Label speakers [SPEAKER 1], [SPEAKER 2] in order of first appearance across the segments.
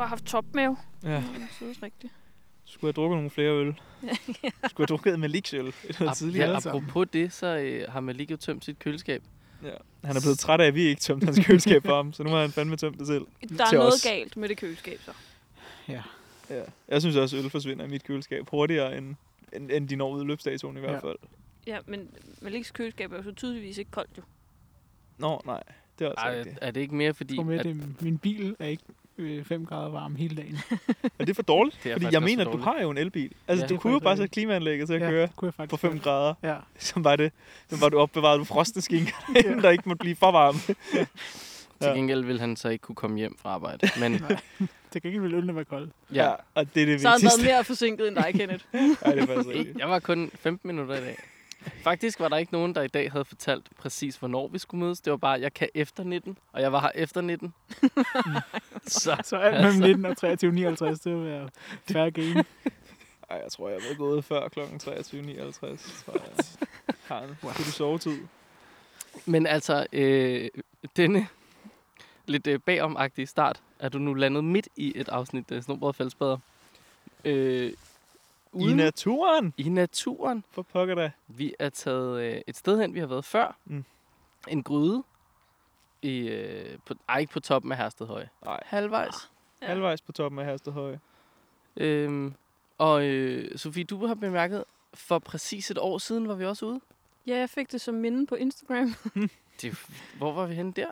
[SPEAKER 1] haft topmave.
[SPEAKER 2] Ja.
[SPEAKER 1] Det synes rigtigt.
[SPEAKER 2] Skulle jeg drukket nogle flere øl? Skulle jeg drukket med liksøl et eller
[SPEAKER 3] Ap-
[SPEAKER 2] tidligere?
[SPEAKER 3] Ja,
[SPEAKER 2] altså.
[SPEAKER 3] apropos det, så øh, har Malik jo tømt sit køleskab.
[SPEAKER 2] Han er blevet træt af, at vi ikke tømte hans køleskab for ham, så nu har han fandme tømt det selv.
[SPEAKER 1] Der er
[SPEAKER 4] Til
[SPEAKER 1] noget
[SPEAKER 4] os.
[SPEAKER 1] galt med det køleskab, så.
[SPEAKER 2] Ja. Jeg synes også, at øl forsvinder i mit køleskab hurtigere, end, end, end de når ud i løbsdatoen i hvert
[SPEAKER 4] Ja.
[SPEAKER 2] fald.
[SPEAKER 1] Ja, men Maliks køleskab er jo så tydeligvis ikke koldt, jo.
[SPEAKER 2] Nå, nej. Det er altså
[SPEAKER 3] Ej,
[SPEAKER 2] rigtigt.
[SPEAKER 3] er det ikke mere,
[SPEAKER 4] Jeg
[SPEAKER 3] fordi
[SPEAKER 4] tror mere,
[SPEAKER 3] at
[SPEAKER 4] det er, min bil er ikke øh, 5 grader varm hele dagen.
[SPEAKER 2] Men det er for dårligt,
[SPEAKER 3] Det er
[SPEAKER 2] fordi
[SPEAKER 3] faktisk
[SPEAKER 2] jeg
[SPEAKER 3] også
[SPEAKER 2] mener,
[SPEAKER 3] for
[SPEAKER 2] at du
[SPEAKER 3] dårligt.
[SPEAKER 2] har jo en elbil. Altså,
[SPEAKER 3] Ja.
[SPEAKER 2] du
[SPEAKER 4] Det er
[SPEAKER 2] kunne jo
[SPEAKER 4] faktisk
[SPEAKER 2] bare sætte
[SPEAKER 4] rigtigt.
[SPEAKER 2] klimaanlægget til at køre
[SPEAKER 4] kunne jeg faktisk
[SPEAKER 2] på 5
[SPEAKER 4] godt.
[SPEAKER 2] grader,
[SPEAKER 4] Ja,
[SPEAKER 2] som var det. Som var du opbevaret på frosteskinker, inden der ikke måtte blive for varm.
[SPEAKER 3] til
[SPEAKER 2] Ja.
[SPEAKER 3] gengæld vil han så ikke kunne komme hjem fra arbejde. Men
[SPEAKER 4] til gengæld ville ølene være kolde.
[SPEAKER 3] ja,
[SPEAKER 2] og det er det
[SPEAKER 1] Så har han været
[SPEAKER 2] vigtigste.
[SPEAKER 1] mere forsinket end dig, Kenneth.
[SPEAKER 2] Ja, det er faktisk
[SPEAKER 3] ikke-
[SPEAKER 2] rigtigt.
[SPEAKER 3] jeg var kun 15 minutter i dag. Faktisk var der ikke nogen, der i dag havde fortalt præcis, hvornår vi skulle mødes. Det var bare, jeg kan efter 19, og jeg var her efter 19. så
[SPEAKER 4] Så alt mellem 19 og 23, 59, det vil være færre game.
[SPEAKER 2] Ej, jeg tror, jeg var gået før kl. 23.59. tror jeg. Har en wow. sovetid.
[SPEAKER 3] Men altså, øh, denne lidt øh, bagomagtige start, er du nu landet midt i et afsnit af Snobrød og Fællesbader. Øh,
[SPEAKER 2] I
[SPEAKER 3] uden,
[SPEAKER 2] naturen,
[SPEAKER 3] I naturen.
[SPEAKER 2] for pokker da.
[SPEAKER 3] Vi er taget øh, et sted hen, vi har været før.
[SPEAKER 2] Mm.
[SPEAKER 3] En gryde. I, øh, på, ej, ikke på toppen af Herstedhøje.
[SPEAKER 2] Nej.
[SPEAKER 3] Halvvejs.
[SPEAKER 1] Ja.
[SPEAKER 2] Halvvejs på toppen af Herstedhøje.
[SPEAKER 3] Øhm, og øh, Sofie, du har bemærket, for præcis et år siden var vi også ude.
[SPEAKER 1] Ja, jeg fik det som minde på Instagram.
[SPEAKER 3] Det, er jo- hvor var vi henne der?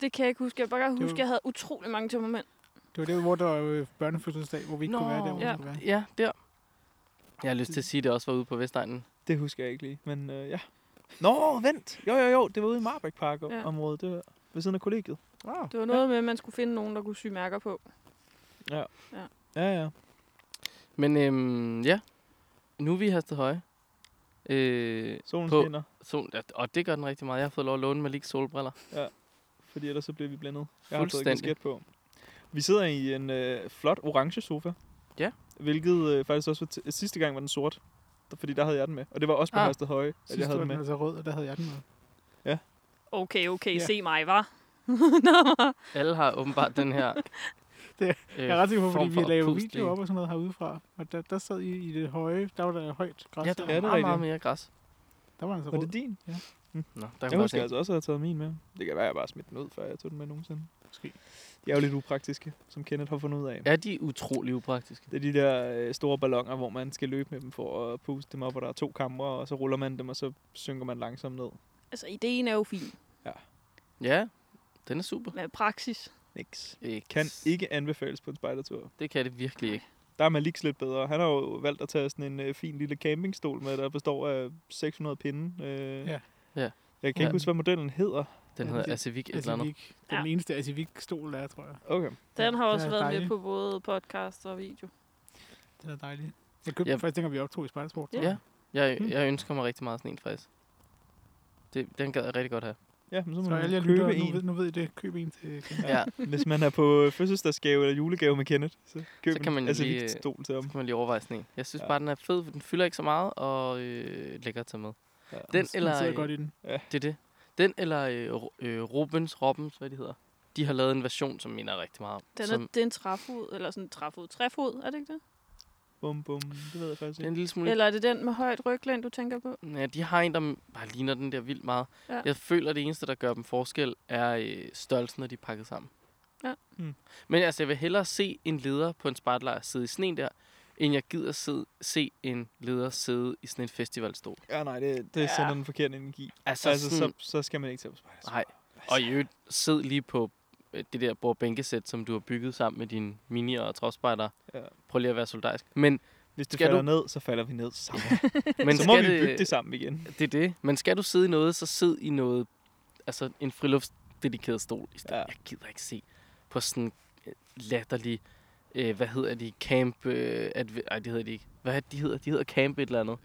[SPEAKER 1] Det kan jeg ikke huske. Jeg kan bare
[SPEAKER 4] Det
[SPEAKER 1] huske,
[SPEAKER 4] var-
[SPEAKER 1] at jeg havde utrolig mange tømmermænd.
[SPEAKER 4] Det var det, hvor der var øh, børnefødselsdag, hvor vi ikke
[SPEAKER 3] Nå,
[SPEAKER 4] kunne være der, hvor
[SPEAKER 1] ja.
[SPEAKER 4] vi skulle være.
[SPEAKER 3] Ja, der. Jeg har lyst til at sige, at det også var ude på Vestegnen.
[SPEAKER 2] Det husker jeg ikke lige, men øh, ja. Nå, vent. Jo, jo, jo. Det var ude i Marbæk Park
[SPEAKER 1] Ja.
[SPEAKER 2] området. Det var ved siden af kollegiet. Wow.
[SPEAKER 1] Det var noget med, at man skulle finde nogen, der kunne sy mærker på.
[SPEAKER 2] Ja, ja.
[SPEAKER 3] Men øhm, ja, nu er vi i Herstedhøje. Øh,
[SPEAKER 2] Solen
[SPEAKER 3] På-
[SPEAKER 2] skinner,
[SPEAKER 3] sol, ja, og det gør den rigtig meget. Jeg har fået lov at låne mig lige solbriller.
[SPEAKER 2] fordi ellers så bliver vi blændet. Jeg har taget
[SPEAKER 3] Fuldstændig.
[SPEAKER 2] kasket på. Vi sidder i en øh, flot orange sofa.
[SPEAKER 3] Ja.
[SPEAKER 2] Hvilket øh, faktisk også var t- sidste gang var den sort. Fordi der havde jeg den med. Og det var også på
[SPEAKER 3] Ah.
[SPEAKER 2] ah. Herstedhøje, at
[SPEAKER 4] Sidste
[SPEAKER 2] jeg havde
[SPEAKER 4] var
[SPEAKER 2] den
[SPEAKER 4] den
[SPEAKER 2] med.
[SPEAKER 4] altså rød, og der havde jeg den med.
[SPEAKER 1] Okay, okay,
[SPEAKER 4] Ja.
[SPEAKER 1] se mig, var.
[SPEAKER 3] Alle har åbenbart den her...
[SPEAKER 4] Det-
[SPEAKER 3] øh,
[SPEAKER 4] Jeg er ret sikker på,
[SPEAKER 3] form
[SPEAKER 4] fordi vi
[SPEAKER 3] for
[SPEAKER 4] laver
[SPEAKER 3] oppustning.
[SPEAKER 4] videoer op og sådan noget herudefra. Og der, der sad I i det høje, der var der højt græs.
[SPEAKER 3] Ja,
[SPEAKER 4] der,
[SPEAKER 2] Ja,
[SPEAKER 3] der var
[SPEAKER 2] det er
[SPEAKER 3] meget, meget
[SPEAKER 2] rigtigt.
[SPEAKER 3] mere græs.
[SPEAKER 4] der var altså
[SPEAKER 2] Var
[SPEAKER 4] rød.
[SPEAKER 2] det din?
[SPEAKER 3] Nå, der
[SPEAKER 2] Jeg
[SPEAKER 3] kunne
[SPEAKER 2] husker
[SPEAKER 3] jeg
[SPEAKER 2] altså også, at jeg havde taget min med. Det kan være, at jeg bare smidt den ud, før jeg tog den med nogensinde.
[SPEAKER 4] Måske.
[SPEAKER 2] De er jo lidt upraktiske, som Kenneth har fundet ud af.
[SPEAKER 3] er de utrolig upraktiske.
[SPEAKER 2] Det er de der øh, store ballonger, hvor man skal løbe med dem for at puste dem op, og der er to kamre, og så ruller man dem, og så synker man langsomt ned.
[SPEAKER 1] Altså, ideen er jo fin.
[SPEAKER 3] Ja, den er super.
[SPEAKER 1] Med praksis.
[SPEAKER 2] Niks.
[SPEAKER 3] Ikke.
[SPEAKER 2] Kan ikke anbefales på en spejdertur.
[SPEAKER 3] Det kan det virkelig ikke.
[SPEAKER 2] Der er Maliks lidt bedre. Han har jo valgt at tage sådan en øh, fin lille campingstol med, der består af 600 pinde. Øh,
[SPEAKER 4] Ja.
[SPEAKER 3] Ja.
[SPEAKER 2] Jeg kan ikke
[SPEAKER 3] Ja.
[SPEAKER 2] huske, hvad modellen hedder.
[SPEAKER 3] Den
[SPEAKER 4] Ja,
[SPEAKER 3] hedder
[SPEAKER 4] det-
[SPEAKER 3] Asivik et eller andet.
[SPEAKER 4] Asivik. Det er den eneste Asivik-stol, der er, tror jeg.
[SPEAKER 2] Okay.
[SPEAKER 1] Den har
[SPEAKER 4] Ja,
[SPEAKER 1] også
[SPEAKER 4] det er
[SPEAKER 1] været med
[SPEAKER 4] dejligt.
[SPEAKER 1] på både podcast og video.
[SPEAKER 4] Den er dejlig. Jeg købte
[SPEAKER 3] Ja.
[SPEAKER 4] den første dengang, vi optog i Spejdersport. tror
[SPEAKER 1] Ja.
[SPEAKER 4] jeg.
[SPEAKER 3] Ja, jeg,
[SPEAKER 2] Hmm.
[SPEAKER 3] jeg ønsker mig rigtig meget sådan en faktisk. Det, den gad jeg rigtig godt have.
[SPEAKER 2] Ja, men så må
[SPEAKER 4] Så alle
[SPEAKER 2] man
[SPEAKER 4] jer lyttere,
[SPEAKER 2] købe
[SPEAKER 4] nu ved,
[SPEAKER 2] en.
[SPEAKER 4] nu ved I det. Køb en til
[SPEAKER 3] Ja. ja.
[SPEAKER 2] Hvis man er på øh, fødselsdagsgave eller julegave med Kenneth, så køb
[SPEAKER 3] Så kan man
[SPEAKER 2] en
[SPEAKER 3] jo
[SPEAKER 2] altså,
[SPEAKER 3] lige, øh,
[SPEAKER 2] stol til ham.
[SPEAKER 3] Så kan man lige overveje sådan en. Jeg synes
[SPEAKER 2] Ja.
[SPEAKER 3] ja. bare, den er fed, for den fylder ikke så meget, og øh, lækker at tage med.
[SPEAKER 2] Ja.
[SPEAKER 3] Den eller,
[SPEAKER 4] sidder
[SPEAKER 3] øh,
[SPEAKER 4] godt i den.
[SPEAKER 3] Det er det. Den eller øh, Ro- øh, Robins, Robbins, hvad de hedder. De har lavet en version, som minder rigtig meget om.
[SPEAKER 1] Den er,
[SPEAKER 3] som,
[SPEAKER 1] det er en træfod, eller sådan en træfod, træfod, er det ikke det?
[SPEAKER 2] Bum, bum. Det ved jeg faktisk
[SPEAKER 3] det er
[SPEAKER 2] ikke.
[SPEAKER 3] en lille smule...
[SPEAKER 1] Eller er det den med højt ryglæn, du tænker på?
[SPEAKER 3] Ja, de har en, der bare ligner den der vildt meget.
[SPEAKER 1] Ja.
[SPEAKER 3] Ja. Jeg føler, at det eneste, der gør dem forskel, er øh, størrelsen, når de er pakket sammen.
[SPEAKER 1] Ja.
[SPEAKER 2] Mm.
[SPEAKER 3] Men altså, jeg vil hellere se en leder på en spejtlejr sidde i sneen der, end jeg gider sidde, se en leder sidde i sådan en festivalstol.
[SPEAKER 2] Ja, nej, det, det ja. sender
[SPEAKER 1] Ja.
[SPEAKER 2] den forkerte energi.
[SPEAKER 3] Altså,
[SPEAKER 2] Så, altså,
[SPEAKER 3] sådan,
[SPEAKER 2] så, så skal man ikke tage på spejder.
[SPEAKER 3] Nej. Og i øvrigt, sid lige på øh, det der bordbænkesæt, som du har bygget sammen med dine minier og trådspejder.
[SPEAKER 2] Ja.
[SPEAKER 3] Prøv lige at være solidarisk. Men,
[SPEAKER 2] Hvis det
[SPEAKER 3] Skal
[SPEAKER 2] falder
[SPEAKER 3] du-
[SPEAKER 2] ned, så falder vi ned sammen.
[SPEAKER 3] men
[SPEAKER 2] så må
[SPEAKER 3] skal
[SPEAKER 2] vi bygge det sammen igen.
[SPEAKER 3] Det er det. Men skal du sidde i noget, så sid i noget, altså en friluftsdedikeret stol. I stedet.
[SPEAKER 2] Ja.
[SPEAKER 3] Ja. Jeg gider ikke se på sådan øh, latterlig, øh, hvad hedder de, camp, øh, adve- ej, det hedder de ikke. Hvad er det, de hedder? De hedder camp et eller andet.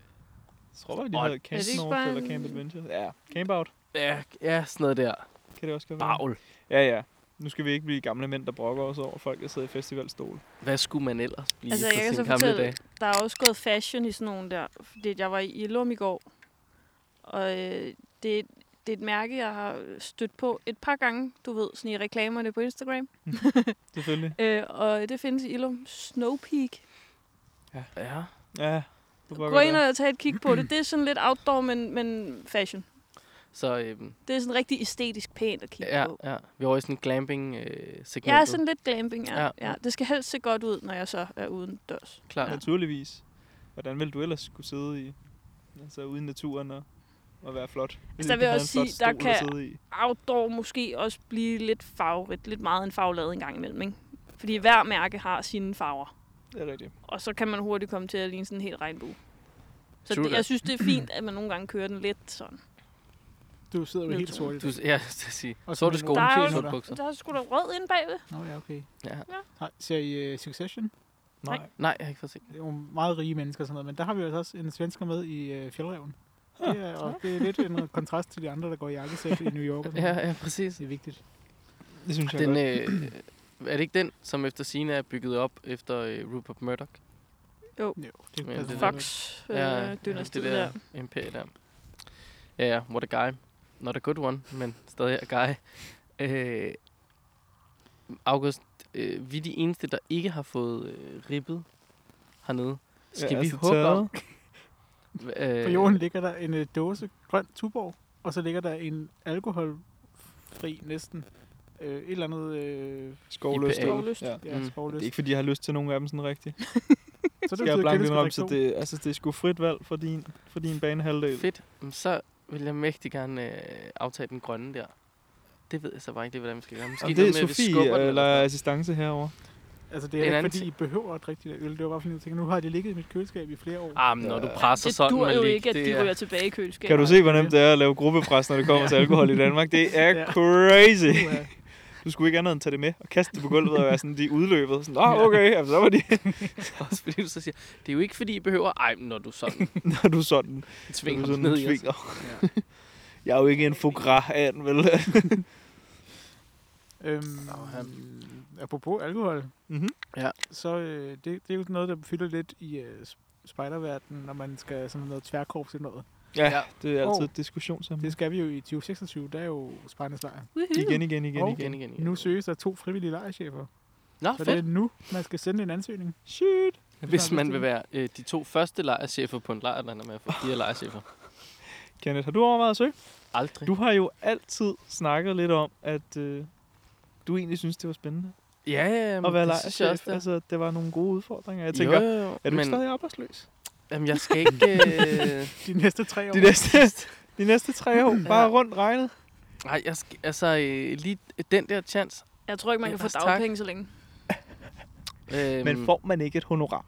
[SPEAKER 2] Jeg tror bare, de
[SPEAKER 3] Og-
[SPEAKER 2] hedder
[SPEAKER 1] Er
[SPEAKER 2] Camp
[SPEAKER 1] det ikke
[SPEAKER 2] North
[SPEAKER 1] bare
[SPEAKER 2] eller
[SPEAKER 1] en-
[SPEAKER 2] Camp Adventure. Ja, Camp Out
[SPEAKER 3] Ja, ja sådan noget der.
[SPEAKER 2] kan det også godt være.
[SPEAKER 3] Bagl.
[SPEAKER 2] Ja, ja. Nu skal vi ikke blive gamle mænd, der brokker os over folk, der sidder i festivalstol.
[SPEAKER 3] Hvad skulle man ellers blive
[SPEAKER 1] Altså,
[SPEAKER 3] på
[SPEAKER 1] jeg kan
[SPEAKER 3] sine
[SPEAKER 1] så
[SPEAKER 3] gamle
[SPEAKER 1] fortælle-
[SPEAKER 3] dage?
[SPEAKER 1] Der er også gået fashion i sådan nogle der, fordi jeg var i Illum i går, og øh, det, det er et mærke, jeg har stødt på et par gange, du ved, sådan i reklamerne på Instagram.
[SPEAKER 2] Selvfølgelig.
[SPEAKER 1] Øh, og det findes i Ilum. Snowpeak.
[SPEAKER 3] Ja.
[SPEAKER 2] Ja. Du
[SPEAKER 1] Gå ind og tag et kig på det. Det er sådan lidt outdoor, men, men fashion.
[SPEAKER 3] Så øhm,
[SPEAKER 1] Det er sådan rigtig æstetisk pænt at kigge
[SPEAKER 3] ja,
[SPEAKER 1] på.
[SPEAKER 3] ja. Vi er over i sådan en glamping øh, segment.
[SPEAKER 1] Jeg er sådan lidt glamping, ja.
[SPEAKER 3] Ja.
[SPEAKER 1] ja. ja. Det skal helst se godt ud, når jeg så er uden dørs.
[SPEAKER 3] Klart.
[SPEAKER 1] ja.
[SPEAKER 2] Naturligvis. Hvordan ville du ellers skulle sidde i, altså ude i naturen og, og være flot? Hvis
[SPEAKER 1] der
[SPEAKER 2] ikke
[SPEAKER 1] vil jeg
[SPEAKER 2] du havde
[SPEAKER 1] også
[SPEAKER 2] en flot
[SPEAKER 1] sige, der
[SPEAKER 2] stol at
[SPEAKER 1] kan-
[SPEAKER 2] sidde i.
[SPEAKER 1] Outdoor måske også blive lidt farverigt. Lidt meget en farvelad en gang imellem, ikke? Fordi hver mærke har sine farver.
[SPEAKER 2] Det er rigtigt.
[SPEAKER 1] Og så kan man hurtigt komme til at ligne sådan en helt regnbue. Så
[SPEAKER 3] True
[SPEAKER 1] det,
[SPEAKER 3] that.
[SPEAKER 1] jeg synes, det er fint, at man nogle gange kører den lidt sådan.
[SPEAKER 4] Du sidder jo
[SPEAKER 1] Lidt
[SPEAKER 4] helt
[SPEAKER 1] tror
[SPEAKER 4] sort i
[SPEAKER 3] Du,
[SPEAKER 4] dag.
[SPEAKER 3] ja, jeg skal sige.
[SPEAKER 4] Og
[SPEAKER 3] Sorte
[SPEAKER 4] sådan
[SPEAKER 3] sko,
[SPEAKER 4] nogle
[SPEAKER 1] Der er jo-
[SPEAKER 3] sorte
[SPEAKER 4] nogle-
[SPEAKER 3] bukser.
[SPEAKER 1] Der er sgu da rød inde bagved.
[SPEAKER 4] Nå ja, okay.
[SPEAKER 3] Ja.
[SPEAKER 4] Nej, ser I uh, Succession?
[SPEAKER 1] Nej.
[SPEAKER 2] Nej.
[SPEAKER 3] Nej, jeg har ikke fået set.
[SPEAKER 4] Det er jo meget rige mennesker og sådan noget, men der har vi altså også en svensker med i uh, Fjellreven.
[SPEAKER 2] Ja.
[SPEAKER 4] Det er, og det er lidt en kontrast til de andre, der går i jakkesæt i New York og sådan
[SPEAKER 3] Ja,
[SPEAKER 4] noget.
[SPEAKER 3] ja, præcis.
[SPEAKER 4] Det er vigtigt.
[SPEAKER 2] Det synes jeg
[SPEAKER 3] Den,
[SPEAKER 2] godt.
[SPEAKER 3] øh, er det ikke den, som efter sine er bygget op efter øh, Rupert Murdoch?
[SPEAKER 4] Jo,
[SPEAKER 3] Men
[SPEAKER 4] det passer
[SPEAKER 3] det er
[SPEAKER 4] meget
[SPEAKER 1] Fox øh, ja, dynastiet
[SPEAKER 3] det
[SPEAKER 1] der.
[SPEAKER 3] der imperie der. Ja, ja, what a guy. Not a good one, men stadig a guy. Øh, August, øh, vi er de eneste, der ikke har fået øh, ribbet hernede. Skal
[SPEAKER 2] Ja,
[SPEAKER 3] vi
[SPEAKER 2] altså
[SPEAKER 3] håbe
[SPEAKER 2] taget.
[SPEAKER 3] om... Øh,
[SPEAKER 4] På jorden ligger der en øh, dåse grøn tuborg, og så ligger der en alkoholfri næsten øh, et eller andet... Øh,
[SPEAKER 2] Skovløst.
[SPEAKER 3] IPA.
[SPEAKER 2] øl. Ja.
[SPEAKER 4] ja,
[SPEAKER 3] Mm.
[SPEAKER 4] mm.
[SPEAKER 2] Mm. Det er ikke, fordi jeg har lyst til nogen af dem sådan rigtigt.
[SPEAKER 4] Så
[SPEAKER 2] Skal jeg
[SPEAKER 4] betyder, at
[SPEAKER 2] blankt
[SPEAKER 4] Kenneth skal
[SPEAKER 2] indrømme,
[SPEAKER 4] drikke
[SPEAKER 2] så
[SPEAKER 4] to.
[SPEAKER 2] det, altså, det er sgu frit valg for din, for din banehalvdel.
[SPEAKER 3] Fedt. Jamen, Så vil jeg mægtig gerne øh, aftage den grønne der. Det ved jeg så bare ikke, lige, hvordan vi skal gøre. Måske
[SPEAKER 2] Jamen,
[SPEAKER 3] noget
[SPEAKER 2] det er
[SPEAKER 3] med, at vi skubber
[SPEAKER 2] Sofie,
[SPEAKER 3] den
[SPEAKER 2] øh,
[SPEAKER 3] eller sådan
[SPEAKER 2] eller
[SPEAKER 3] noget.
[SPEAKER 2] assistance herover.
[SPEAKER 4] Altså, det
[SPEAKER 3] En
[SPEAKER 4] er ikke,
[SPEAKER 3] anden
[SPEAKER 4] fordi I behøver at drikke de der øl. Det var bare fordi, jeg tænker, nu har de ligget i mit køleskab i flere år.
[SPEAKER 3] Ah, men når du presser
[SPEAKER 1] det
[SPEAKER 3] sådan,
[SPEAKER 1] dur jo
[SPEAKER 3] Malik,
[SPEAKER 1] ikke, at
[SPEAKER 3] det
[SPEAKER 1] de
[SPEAKER 3] er-
[SPEAKER 1] ryger tilbage i køleskabet.
[SPEAKER 2] Kan du se, hvor nemt det er at lave gruppepres, når det kommer til alkohol i Danmark? Det er
[SPEAKER 4] Ja.
[SPEAKER 2] crazy.
[SPEAKER 4] Uha.
[SPEAKER 2] Du skulle ikke andet end tage det med og kaste det på gulvet og være sådan, de er udløbet. Sådan, ah, okay, jamen, så var de,
[SPEAKER 3] Også fordi du så siger, det er jo ikke fordi, I behøver... Ej, men når du sådan
[SPEAKER 2] når du sådan,
[SPEAKER 3] tvinger
[SPEAKER 2] når
[SPEAKER 3] du
[SPEAKER 2] du sådan
[SPEAKER 3] ned i os.
[SPEAKER 2] tvinger. Jeg er jo ikke en fogra af den, vel?
[SPEAKER 4] Øhm, apropos alkohol,
[SPEAKER 2] Mhm.
[SPEAKER 4] så øh, det, det er jo noget, der fylder lidt i øh, spejderverdenen, når man skal sådan noget tværkorps i noget.
[SPEAKER 2] Ja, det er altid
[SPEAKER 4] Og-
[SPEAKER 2] et diskussionsemne.
[SPEAKER 3] Mm.
[SPEAKER 4] Det skal vi jo i 2026, der er jo spejdernes lejr.
[SPEAKER 2] Igen, igen, igen,
[SPEAKER 4] Og-
[SPEAKER 2] igen.
[SPEAKER 3] Igen, igen, igen.
[SPEAKER 4] Nu søges der to frivillige lejrchefer,
[SPEAKER 3] Nå,
[SPEAKER 4] så det er
[SPEAKER 3] fedt.
[SPEAKER 4] nu, man skal sende en ansøgning.
[SPEAKER 2] Shit.
[SPEAKER 3] Hvis man vil være øh, de to første lejerchefer på en lejr, man er med at få fire lejerchefer.
[SPEAKER 2] Kenneth, har du overvejet at søge?
[SPEAKER 3] Aldrig.
[SPEAKER 2] Du har jo altid snakket lidt om, at øh, du egentlig synes, det var spændende
[SPEAKER 3] Ja, ja,
[SPEAKER 2] at være
[SPEAKER 3] det synes jeg også,
[SPEAKER 2] lejerchef.
[SPEAKER 3] det er.
[SPEAKER 2] Altså, det var nogle gode udfordringer. Jeg tænker,
[SPEAKER 3] jo, jo, jo.
[SPEAKER 2] er du
[SPEAKER 3] men,
[SPEAKER 2] men... stadig arbejdsløs?
[SPEAKER 3] Jamen, jeg skal ikke... Øh,
[SPEAKER 4] De næste tre år.
[SPEAKER 2] De næste, de næste tre år, bare rundt regnet.
[SPEAKER 3] nej, jeg skal, altså, øh, lige den der chance...
[SPEAKER 1] Jeg tror ikke, man kan få
[SPEAKER 3] Ellers tak.
[SPEAKER 1] dagpenge så længe.
[SPEAKER 3] Øh,
[SPEAKER 2] Men får man ikke et honorar?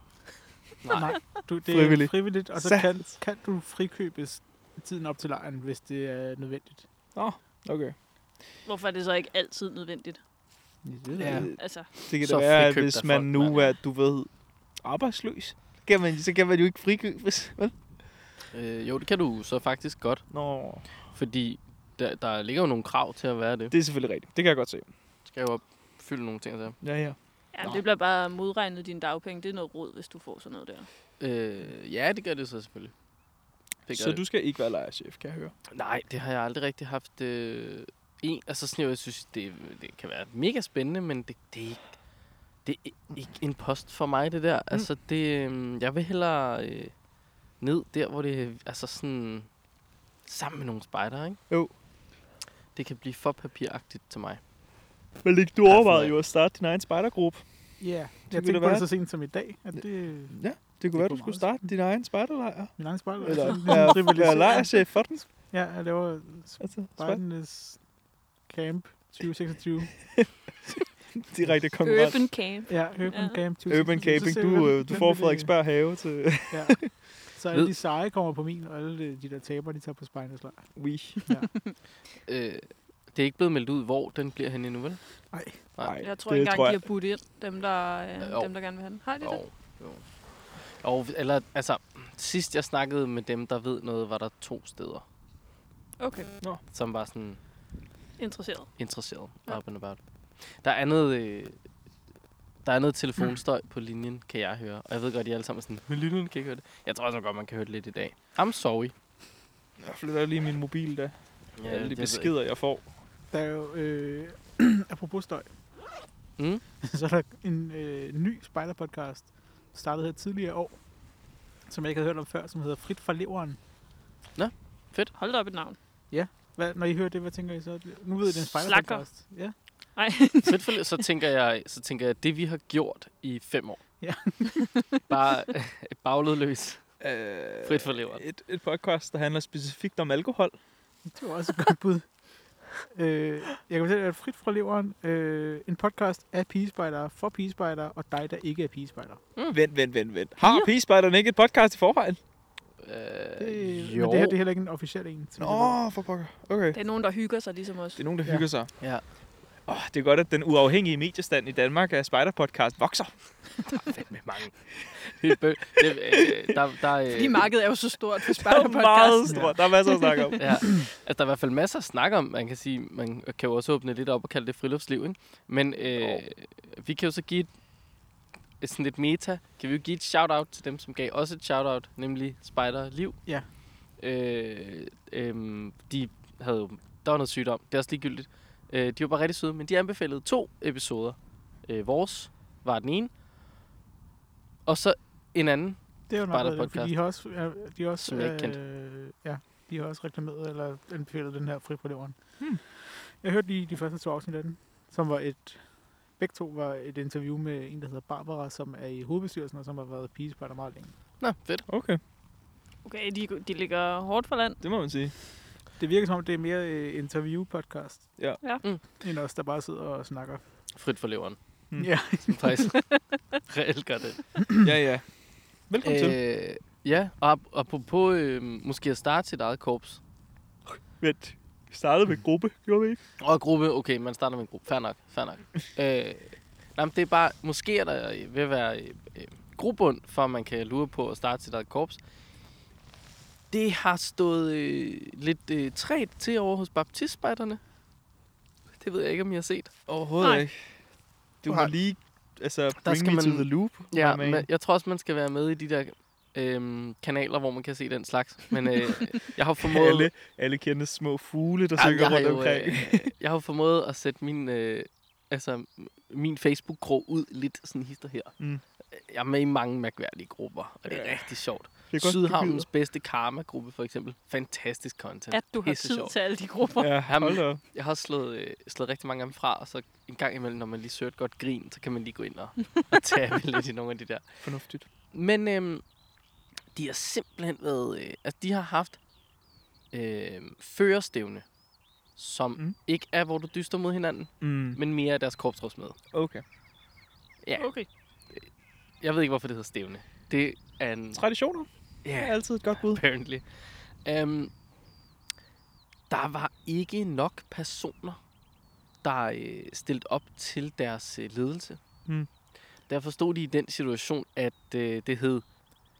[SPEAKER 3] Nej,
[SPEAKER 4] Du, det
[SPEAKER 2] Frivilligt.
[SPEAKER 4] er frivilligt, og så kan, kan du frikøbes tiden op til lejren, hvis det er nødvendigt.
[SPEAKER 2] Okay.
[SPEAKER 1] Hvorfor er det så ikke altid nødvendigt?
[SPEAKER 3] Ja.
[SPEAKER 2] Det,
[SPEAKER 1] Altså,
[SPEAKER 2] det kan
[SPEAKER 3] Så
[SPEAKER 2] da være, at
[SPEAKER 3] frikøbt
[SPEAKER 2] hvis
[SPEAKER 3] af
[SPEAKER 2] man
[SPEAKER 3] folk,
[SPEAKER 2] nu
[SPEAKER 3] mand.
[SPEAKER 2] er, du ved, arbejdsløs, kan man, så kan man jo ikke frikøbes. Vel?
[SPEAKER 3] øh, jo, det kan du så faktisk godt,
[SPEAKER 2] Nå,
[SPEAKER 3] fordi der, der ligger jo nogle krav til at være det.
[SPEAKER 2] det er selvfølgelig rigtigt. Det kan jeg godt se.
[SPEAKER 3] Du skal jo opfylde nogle ting der.
[SPEAKER 2] Ja, ja.
[SPEAKER 1] ja, det bliver bare modregnet dine dagpenge. Det er noget råd, hvis du får sådan noget der.
[SPEAKER 3] Øh, ja, det gør det så selvfølgelig. Det gør
[SPEAKER 2] Så
[SPEAKER 3] det.
[SPEAKER 2] du skal ikke være lejerchef, kan jeg høre.
[SPEAKER 3] Nej, det har jeg aldrig rigtig haft øh, en. Altså sådan, jeg synes, det, det kan være mega spændende, men det, det, er ikke, det er ikke en post for mig, det der. Mm. Altså, det, øh, jeg vil hellere øh, ned der, hvor det er altså sådan, sammen med nogle spejder, ikke?
[SPEAKER 2] Jo.
[SPEAKER 3] Det kan blive for papiragtigt til mig.
[SPEAKER 2] Men ikke, du
[SPEAKER 3] Ja,
[SPEAKER 2] overvejede
[SPEAKER 3] for-
[SPEAKER 2] jo at starte din egen spejdergruppe.
[SPEAKER 4] Ja, yeah.
[SPEAKER 2] kunne
[SPEAKER 4] jeg
[SPEAKER 2] det
[SPEAKER 4] tænkte på
[SPEAKER 2] være.
[SPEAKER 4] det så sent som i dag, at det,
[SPEAKER 2] Ja, det kunne
[SPEAKER 4] kunne
[SPEAKER 2] være, du
[SPEAKER 4] meget
[SPEAKER 2] skulle starte din egen spejderlejr.
[SPEAKER 4] Min egen spejler.
[SPEAKER 2] Eller
[SPEAKER 4] Eller,
[SPEAKER 2] være, være lejerchef for den.
[SPEAKER 4] Ja, jeg laver
[SPEAKER 2] Altså, spejder.
[SPEAKER 4] spejdernes camp 2026.
[SPEAKER 2] Direkte konkurrent.
[SPEAKER 1] Urban camp.
[SPEAKER 4] Ja, Urban
[SPEAKER 1] Ja.
[SPEAKER 4] Camp 2026.
[SPEAKER 2] Urban
[SPEAKER 4] Så
[SPEAKER 2] camping,
[SPEAKER 4] ser vi,
[SPEAKER 2] du,
[SPEAKER 4] hvem-
[SPEAKER 2] øh, du
[SPEAKER 4] hvem
[SPEAKER 2] får
[SPEAKER 4] vil det-
[SPEAKER 2] Frederiksberg have til...
[SPEAKER 4] Ja. Så alle de seje kommer på min, og alle øh, de- de der taber, de tager på spejdernes lejr.
[SPEAKER 2] Oui.
[SPEAKER 3] Øh, det er ikke blevet meldt ud, hvor den bliver henne endnu, vel?
[SPEAKER 2] Nej,
[SPEAKER 1] Jeg tror
[SPEAKER 2] det
[SPEAKER 1] ikke engang,
[SPEAKER 2] tror
[SPEAKER 1] de
[SPEAKER 2] jeg.
[SPEAKER 1] har budt ind, dem der,
[SPEAKER 3] Jo.
[SPEAKER 1] øh, dem, der gerne vil have den. Har de det?
[SPEAKER 3] Og, jo. Og, eller, altså, sidst jeg snakkede med dem, der ved noget, var der to steder,
[SPEAKER 1] Okay,
[SPEAKER 3] som var sådan,
[SPEAKER 1] interesseret.
[SPEAKER 3] interesseret ja.
[SPEAKER 1] Ja.
[SPEAKER 3] up and about. Der er noget, øh, der er noget telefonstøj på linjen, kan jeg høre. Og jeg ved godt, at I alle sammen er sådan, men linjen kan ikke høre det. Jeg tror også godt, man kan høre det lidt i dag. I'm sorry.
[SPEAKER 2] Jeg flytter lige min mobil, da. Ja, alle de beskeder, jeg får.
[SPEAKER 4] Der er jo, øh, apropos støj,
[SPEAKER 3] Mm?
[SPEAKER 4] så er der en øh, ny Spider-podcast, der startede her tidligere i år, som jeg ikke havde hørt om før, som hedder Frit fra leveren.
[SPEAKER 1] Hold da op et navn.
[SPEAKER 4] Hvad, når I hører det, hvad tænker I så? Nu ved I, det er en
[SPEAKER 1] Slakker.
[SPEAKER 4] Spider-podcast. Ja.
[SPEAKER 1] Nej,
[SPEAKER 3] Fedt for, så tænker jeg, så tænker jeg, det vi har gjort i fem år.
[SPEAKER 4] Ja.
[SPEAKER 3] Bare baglet løs.
[SPEAKER 2] Øh,
[SPEAKER 3] Frit for leveren.
[SPEAKER 2] Et, et podcast, der handler specifikt om alkohol.
[SPEAKER 4] Det var også et godt bud. øh, jeg kan fortælle, at Frit fra leveren, øh, en podcast af pigespejdere, for pigespejdere, og dig, der ikke er pigespejder.
[SPEAKER 2] Vent, vent, vent, vent. Har P-Spiderne ikke et podcast i forvejen?
[SPEAKER 4] Det,
[SPEAKER 3] Øh,
[SPEAKER 4] men det her det er heller ikke en officiel en. som jeg ved.
[SPEAKER 2] Nå, for pokker. Okay.
[SPEAKER 1] der er nogen, der hygger sig ligesom os.
[SPEAKER 2] Det er nogen, der
[SPEAKER 4] Ja.
[SPEAKER 2] hygger sig.
[SPEAKER 3] Ja.
[SPEAKER 2] Oh, det er godt, at den uafhængige mediestand i Danmark af Spider-podcast vokser.
[SPEAKER 3] med mange. det er, bø- det, øh, der, der, er, øh,
[SPEAKER 1] Fordi markedet er jo så stort for
[SPEAKER 2] Der er meget
[SPEAKER 1] Spider-Podcast.
[SPEAKER 2] stort. Der er masser at snakke om.
[SPEAKER 3] Ja, altså der er i hvert fald masser at snakke om. Man kan sige, man kan jo også åbne lidt op og kalde det friluftsliv, ikke? Men øh, vi kan jo så give et, et sådan lidt meta. Kan vi jo give et shout-out til dem, som gav os et shout-out, nemlig Spider Liv.
[SPEAKER 4] Ja.
[SPEAKER 3] Øh, øh, de havde jo, der var noget sygdom, det er også ligegyldigt. Øh, de var bare rigtig søde, men de anbefalede to episoder. Øh, vores var den ene, og så en anden.
[SPEAKER 4] Det er jo nok, været,
[SPEAKER 3] Spider-podcast.
[SPEAKER 4] fordi de har også, ja, de har også,
[SPEAKER 3] Som jeg ikke kendte.
[SPEAKER 4] øh, ja, de har også reklameret eller anbefalet den her Frit fra leveren.
[SPEAKER 2] Hmm.
[SPEAKER 4] Jeg hørte lige de første to afsnit af den, som var et, begge to var et interview med en, der hedder Barbara, som er i hovedbestyrelsen, og som har været pigespejder meget længe.
[SPEAKER 3] Nå, fedt.
[SPEAKER 2] Okay,
[SPEAKER 1] Okay, de, de ligger hårdt for land.
[SPEAKER 2] det må man sige.
[SPEAKER 4] Det virker som om, det er mere øh, interview-podcast,
[SPEAKER 2] Ja.
[SPEAKER 1] Ja.
[SPEAKER 3] Mm.
[SPEAKER 4] end os, der bare sidder og snakker.
[SPEAKER 3] Frit for leveren,
[SPEAKER 2] Mm.
[SPEAKER 4] Ja,
[SPEAKER 3] som faktisk reelt gør det.
[SPEAKER 2] Ja, ja. Velkommen øh. til.
[SPEAKER 3] Øh, ja, og ap- apropos øh, måske at starte sit eget korps.
[SPEAKER 2] Vent. Vi startede med gruppe, gjorde vi ikke?
[SPEAKER 3] Og gruppe, okay, man starter med en gruppe. Fair nok, fair nok. øh, nej, men det er bare, måske er der øh, ved at være øh, øh, grobund, for at man kan lure på at starte sit eget korps. Det har stået øh, lidt øh, træt til over hos baptistspejderne. Det ved jeg ikke, om I har set.
[SPEAKER 2] Overhovedet
[SPEAKER 1] Nej.
[SPEAKER 2] ikke. Du
[SPEAKER 4] Nej.
[SPEAKER 2] må lige altså, bring
[SPEAKER 3] skal
[SPEAKER 2] me to
[SPEAKER 3] man-
[SPEAKER 2] the loop.
[SPEAKER 3] Ja,
[SPEAKER 2] my man.
[SPEAKER 3] men jeg tror også, man skal være med i de der øh, kanaler, hvor man kan se den slags. Men øh, jeg har formået...
[SPEAKER 2] Alle, alle kender små fugle, der
[SPEAKER 3] Ej,
[SPEAKER 2] synger
[SPEAKER 3] har
[SPEAKER 2] rundt
[SPEAKER 3] jo,
[SPEAKER 2] omkring.
[SPEAKER 3] øh, jeg har jo formået at sætte min, øh, altså, min Facebook-krog ud lidt sådan hister her.
[SPEAKER 2] Mm.
[SPEAKER 3] Jeg er med i mange mærkværdige grupper, og det er
[SPEAKER 2] Ja.
[SPEAKER 3] rigtig sjovt.
[SPEAKER 2] Det er godt, du
[SPEAKER 3] Sydhavnens bedste karma-gruppe for eksempel. Fantastisk content.
[SPEAKER 1] At du har
[SPEAKER 3] Pisse
[SPEAKER 1] tid
[SPEAKER 3] sjovt.
[SPEAKER 1] til alle de grupper.
[SPEAKER 2] gider. Ja,
[SPEAKER 3] Jamen,
[SPEAKER 2] hold da. op.
[SPEAKER 3] Jeg har også slået, øh, slået rigtig mange af dem fra, og så en gang imellem, når man lige søger et godt grin, så kan man lige gå ind og, og tabe lidt i nogle af de der.
[SPEAKER 2] Fornuftigt.
[SPEAKER 3] Men øhm, de har simpelthen været... Øh, altså, de har haft øh, førerstævne, som
[SPEAKER 2] Mm.
[SPEAKER 3] mm. ikke er, hvor du dyster mod hinanden,
[SPEAKER 2] Mm.
[SPEAKER 3] men mere af deres korpsrådsmøde.
[SPEAKER 2] Okay.
[SPEAKER 3] Ja.
[SPEAKER 1] Okay.
[SPEAKER 3] Jeg ved ikke, hvorfor det hedder stævne. Det er en...
[SPEAKER 2] Traditioner er
[SPEAKER 3] Ja,
[SPEAKER 2] altid et godt bud.
[SPEAKER 3] apparently. Um, der var ikke nok personer, der øh, stillet op til deres øh, ledelse.
[SPEAKER 2] Mm.
[SPEAKER 3] Derfor stod de i den situation, at øh, det hed,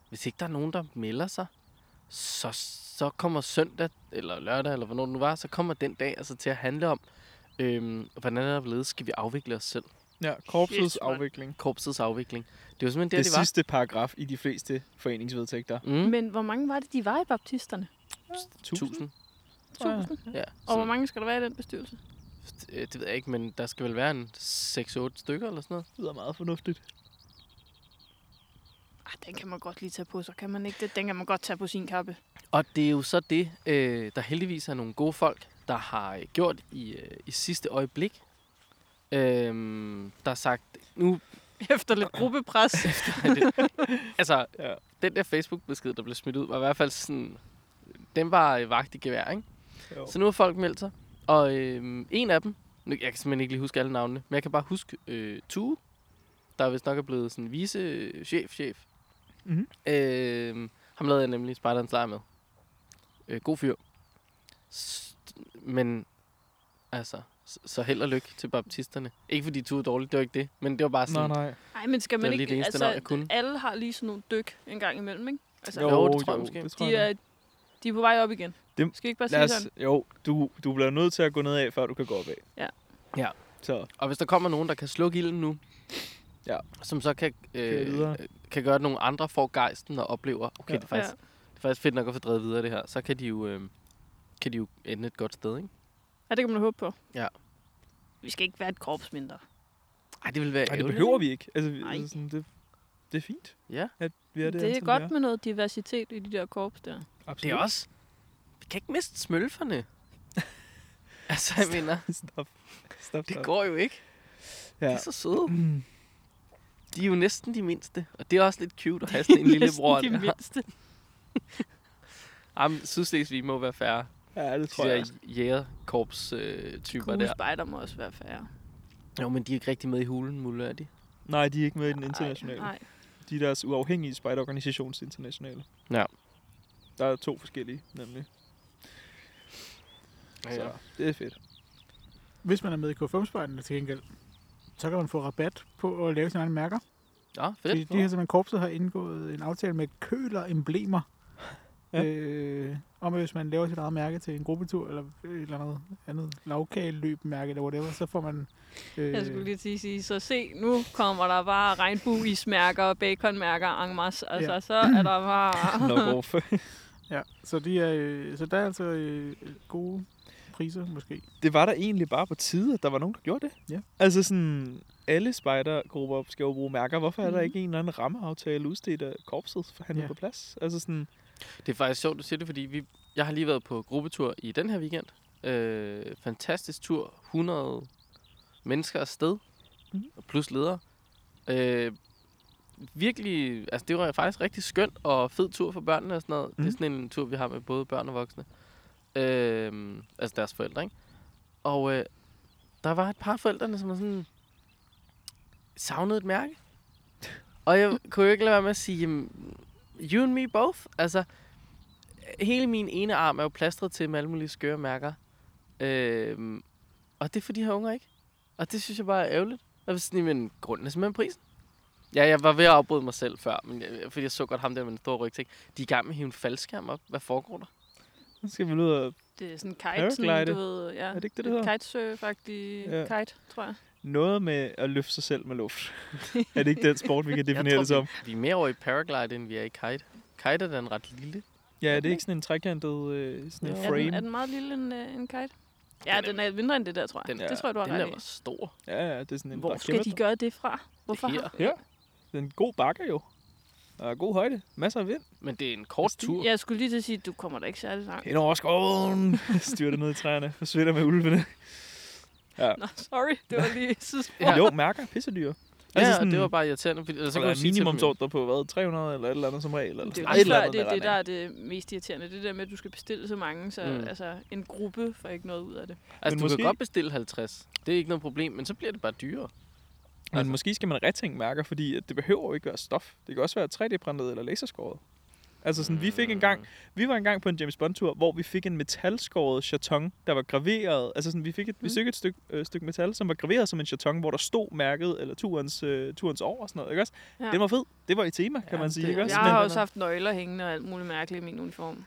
[SPEAKER 3] hvis ikke der er nogen, der melder sig, så, så kommer søndag, eller lørdag, eller hvornår det nu var, så kommer den dag altså til at handle om, øh, hvordan er der blevet, skal vi afvikle os selv?
[SPEAKER 2] Ja, korpsets
[SPEAKER 1] Shit, mand.
[SPEAKER 2] afvikling.
[SPEAKER 3] Korpsets afvikling. Det var simpelthen der,
[SPEAKER 2] Det,
[SPEAKER 3] det,
[SPEAKER 2] det
[SPEAKER 3] var.
[SPEAKER 2] sidste paragraf i de fleste foreningsvedtægter.
[SPEAKER 3] Mm.
[SPEAKER 1] Men hvor mange var det, de var i baptisterne?
[SPEAKER 3] Tusind.
[SPEAKER 2] tror jeg.
[SPEAKER 1] 1000.
[SPEAKER 3] Ja.
[SPEAKER 1] Og
[SPEAKER 3] så-
[SPEAKER 1] hvor mange skal der være i den bestyrelse?
[SPEAKER 3] Øh, Det ved jeg ikke, men der skal vel være en 6-8 stykker eller sådan noget.
[SPEAKER 2] Det lyder meget fornuftigt.
[SPEAKER 1] Ah, den kan man godt lige tage på sig, kan man ikke det? Den kan man godt tage på sin kappe.
[SPEAKER 3] Og det er jo så det, øh, der heldigvis er nogle gode folk, der har øh, gjort i, øh, i sidste øjeblik. Øhm, der har sagt, nu...
[SPEAKER 1] Efter lidt gruppepres.
[SPEAKER 3] altså,
[SPEAKER 2] Ja.
[SPEAKER 3] ja. den der Facebook-besked, der blev smidt ud, var i hvert fald sådan... Den var øh, vagt i gevær, ikke?
[SPEAKER 2] Jo.
[SPEAKER 3] Så nu har folk meldt sig. Og øh, en af dem... Nu, jeg kan simpelthen ikke lige huske alle navnene, men jeg kan bare huske øh, Tue, der vist nok er blevet sådan vice chef, chef.
[SPEAKER 2] Mhm.
[SPEAKER 3] Øh, ham lavede jeg nemlig Spartans lejr med. Øh, god fyr. St- men altså, så, så held og lykke til baptisterne. Ikke fordi Tue er dårligt, det var ikke det, men det var bare sådan...
[SPEAKER 2] Nej, nej.
[SPEAKER 1] Nej, men skal
[SPEAKER 3] Det var
[SPEAKER 1] man
[SPEAKER 3] lige
[SPEAKER 1] ikke... altså,
[SPEAKER 3] det eneste navn, jeg kunne.
[SPEAKER 1] alle har lige sådan nogle dyk en gang imellem, ikke? Altså,
[SPEAKER 3] Jo, det tror jeg måske.
[SPEAKER 2] Det tror
[SPEAKER 1] de,
[SPEAKER 2] jeg
[SPEAKER 1] er, de er på vej op igen.
[SPEAKER 2] Dem-
[SPEAKER 1] Skal vi ikke bare
[SPEAKER 2] Lad
[SPEAKER 1] sige
[SPEAKER 2] os,
[SPEAKER 1] sådan?
[SPEAKER 2] jo, du, du bliver nødt til at gå nedad, før du kan gå opad.
[SPEAKER 1] Ja.
[SPEAKER 3] Ja.
[SPEAKER 2] Så
[SPEAKER 3] Og hvis der kommer nogen, der kan slukke ilden nu,
[SPEAKER 2] Ja.
[SPEAKER 3] som så kan,
[SPEAKER 2] Køre
[SPEAKER 3] øh,
[SPEAKER 2] videre.
[SPEAKER 3] øh, kan gøre, at nogle andre får gejsten og oplever, okay,
[SPEAKER 2] Ja.
[SPEAKER 3] ja. det, er faktisk, ja. det er faktisk fedt nok at få drevet videre det her, så kan de jo øh, kan de jo ende et godt sted, ikke?
[SPEAKER 1] Ja, det kan man håbe på.
[SPEAKER 3] Ja.
[SPEAKER 1] Vi skal ikke være et korps mindre.
[SPEAKER 3] Ej, det vil
[SPEAKER 2] Nej,
[SPEAKER 3] være
[SPEAKER 2] det
[SPEAKER 3] ærgerligt.
[SPEAKER 2] behøver vi ikke. Altså, vi-
[SPEAKER 1] Nej.
[SPEAKER 2] altså sådan, det, det er fint,
[SPEAKER 3] Ja.
[SPEAKER 2] at vi er
[SPEAKER 1] det
[SPEAKER 2] det,
[SPEAKER 1] er
[SPEAKER 2] antal,
[SPEAKER 1] godt
[SPEAKER 2] vi
[SPEAKER 1] med noget diversitet i de der korps der.
[SPEAKER 2] er.
[SPEAKER 3] Det er også... Vi kan ikke miste smølferne. altså, jeg mener,
[SPEAKER 2] stop. Stop,
[SPEAKER 3] det
[SPEAKER 2] stop.
[SPEAKER 3] går jo ikke. Ja. De
[SPEAKER 2] Ja.
[SPEAKER 3] er så søde. De er jo næsten de mindste. Og det er også lidt cute at have sådan en lille
[SPEAKER 1] Næsten
[SPEAKER 3] bror.
[SPEAKER 1] de
[SPEAKER 3] der.
[SPEAKER 1] mindste.
[SPEAKER 3] Jamen, Sydslesvig må være færre.
[SPEAKER 2] ja, det
[SPEAKER 3] De
[SPEAKER 2] tror jeg.
[SPEAKER 3] der jægerkorps-typer
[SPEAKER 1] Gule
[SPEAKER 3] der.
[SPEAKER 1] spejder må også være færre.
[SPEAKER 3] Jo, men de er ikke rigtig med i hulen, Mulle, er de?
[SPEAKER 2] Nej, de er ikke med i den internationale.
[SPEAKER 1] Nej,
[SPEAKER 2] De er deres uafhængige spejderorganisations internationale.
[SPEAKER 3] Ja.
[SPEAKER 2] Der er to forskellige, nemlig. Så det er fedt.
[SPEAKER 4] Hvis man er med i K5-spejlene til gengæld, så kan man få rabat på at lave sine egne mærker.
[SPEAKER 3] Ja,
[SPEAKER 4] Fordi
[SPEAKER 3] fedt.
[SPEAKER 4] de her simpelthen korpset har indgået en aftale med køler emblemer.
[SPEAKER 2] Ja.
[SPEAKER 4] Ja. Øh, om at hvis man laver sit eget mærke til en gruppetur eller et eller andet andet lavkageløbmærke eller whatever, så får man... Øh,
[SPEAKER 1] jeg skulle lige til at sige, så se, nu kommer der bare regnbueismærker, baconmærker, angmas. Altså,
[SPEAKER 4] Ja.
[SPEAKER 1] så er der bare...
[SPEAKER 2] Knock off.
[SPEAKER 4] Ja, så, de er, øh, så der er altså øh, gode priser måske.
[SPEAKER 2] det var der egentlig bare på tide, at der var nogen, der gjorde det.
[SPEAKER 4] Ja.
[SPEAKER 2] Altså sådan, alle spejdergrupper skal jo bruge mærker. Hvorfor er der
[SPEAKER 1] Mhm.
[SPEAKER 2] ikke en eller anden rammeaftale udstedt af korpset for han ja.
[SPEAKER 4] Ja.
[SPEAKER 2] på plads? Altså sådan,
[SPEAKER 3] Det er faktisk sjovt, du siger det, fordi vi, jeg har lige været på gruppetur i den her weekend. Øh, fantastisk tur. 100 mennesker afsted.
[SPEAKER 2] Mhm.
[SPEAKER 3] Plus ledere. Øh, virkelig, altså det var faktisk rigtig skønt og fed tur for børnene og sådan noget. Mm. Det
[SPEAKER 2] Mhm.
[SPEAKER 3] er sådan en tur, vi har med både børn og voksne. Øh, altså deres forældre, ikke? Og øh, der var et par af forældrene, som var sådan, savnede et mærke. Og jeg kunne jo ikke lade være med at sige, jamen, you and me both. Altså, hele min ene arm er jo plastret til med alle mulige skøre mærker. Øhm, og det får de her unger ikke. Og det synes jeg bare er ærgerligt. Jeg var sådan, men grunden er simpelthen prisen. Ja, jeg var ved at afbryde mig selv før, men jeg, fordi jeg så godt ham der med den store rygsæk. De er i gang med at hive en faldskærm op. Hvad foregår der?
[SPEAKER 2] nu skal vi ud og...
[SPEAKER 1] Det er sådan kite, sådan,
[SPEAKER 2] Paraglide.
[SPEAKER 1] du ved. Ja,
[SPEAKER 2] Er det ikke det, det
[SPEAKER 1] lidt
[SPEAKER 2] hedder?
[SPEAKER 1] Kitesurf-agtig
[SPEAKER 2] Ja.
[SPEAKER 1] kite, tror jeg.
[SPEAKER 2] Noget med at løfte sig selv med luft. er det ikke den sport, vi kan
[SPEAKER 3] Jeg
[SPEAKER 2] definere det
[SPEAKER 3] tror,
[SPEAKER 2] som?
[SPEAKER 3] Vi, vi er mere over i paraglide, end vi er i kite. Kite er da en ret lille.
[SPEAKER 2] Ja, er det ikke sådan en trekantet øh, sådan en
[SPEAKER 3] Jo.
[SPEAKER 1] Er
[SPEAKER 2] frame?
[SPEAKER 1] den, er den meget lille, en, øh, en kite? Ja, den er mindre end det der, tror jeg.
[SPEAKER 3] Den-
[SPEAKER 1] det tror jeg, du har
[SPEAKER 3] Den der
[SPEAKER 1] ret
[SPEAKER 3] var stor.
[SPEAKER 2] Ja, ja, det er sådan
[SPEAKER 1] i.
[SPEAKER 2] en
[SPEAKER 1] Hvor
[SPEAKER 2] der
[SPEAKER 1] skal de
[SPEAKER 2] kæmper.
[SPEAKER 1] gøre det fra? Hvorfor?
[SPEAKER 3] her.
[SPEAKER 1] har-
[SPEAKER 2] Ja. Det er en god bakke jo. Og god højde. Masser af vind.
[SPEAKER 3] Men det er en kort
[SPEAKER 2] Stig-
[SPEAKER 3] tur.
[SPEAKER 1] Jeg skulle lige til at sige, at du kommer da ikke særlig langt.
[SPEAKER 2] Ind over skoven. Styrter ned i træerne. Forsvinder med ulvene.
[SPEAKER 1] Nå, sorry, det var lige et sidespor.
[SPEAKER 2] Ja. Jo, mærker. Pissedyr.
[SPEAKER 3] Ja, altså sådan, det var bare irriterende. Fordi, eller så
[SPEAKER 2] Så
[SPEAKER 3] kunne
[SPEAKER 2] der
[SPEAKER 3] jeg
[SPEAKER 2] er
[SPEAKER 3] sige til dem,
[SPEAKER 2] minimumsordre på, hvad, 300 eller et eller andet som regel? Eller
[SPEAKER 1] Det er jo
[SPEAKER 2] sådan.
[SPEAKER 1] lige
[SPEAKER 2] Et eller
[SPEAKER 1] før,
[SPEAKER 2] andet
[SPEAKER 1] det er det, der
[SPEAKER 2] retning.
[SPEAKER 1] er det mest irriterende. Det der med, at du skal bestille så mange, så
[SPEAKER 3] Mm.
[SPEAKER 1] mm. altså, en gruppe får ikke noget ud af det.
[SPEAKER 3] Altså,
[SPEAKER 2] Men
[SPEAKER 3] du måske...
[SPEAKER 2] måske-
[SPEAKER 3] kan godt bestille 50. Det er ikke noget problem, men så bliver det bare dyrere.
[SPEAKER 2] Men
[SPEAKER 3] Altså.
[SPEAKER 2] måske skal man retænke mærker, fordi at det behøver jo ikke være stof. Det kan også være 3D-printet eller laserskåret. Altså sådan, vi fik
[SPEAKER 1] Mm.
[SPEAKER 2] engang, vi var engang på en James Bond-tur, hvor vi fik en metalskåret chaton, der var graveret. Altså sådan, vi fik
[SPEAKER 1] Mm.
[SPEAKER 2] et, vi fik et stykke, øh, stykke metal, som var graveret som en chaton, hvor der stod mærket, eller turens, øh, turens år og sådan noget, ikke også?
[SPEAKER 1] Ja.
[SPEAKER 2] Ja. Det var fedt. Det var i tema, kan
[SPEAKER 3] Ja,
[SPEAKER 2] ja, man sige,
[SPEAKER 3] det-
[SPEAKER 2] ikke
[SPEAKER 1] Jeg
[SPEAKER 2] også?
[SPEAKER 1] har
[SPEAKER 2] Men-
[SPEAKER 1] også haft nøgler hængende og alt muligt mærkeligt i min uniform.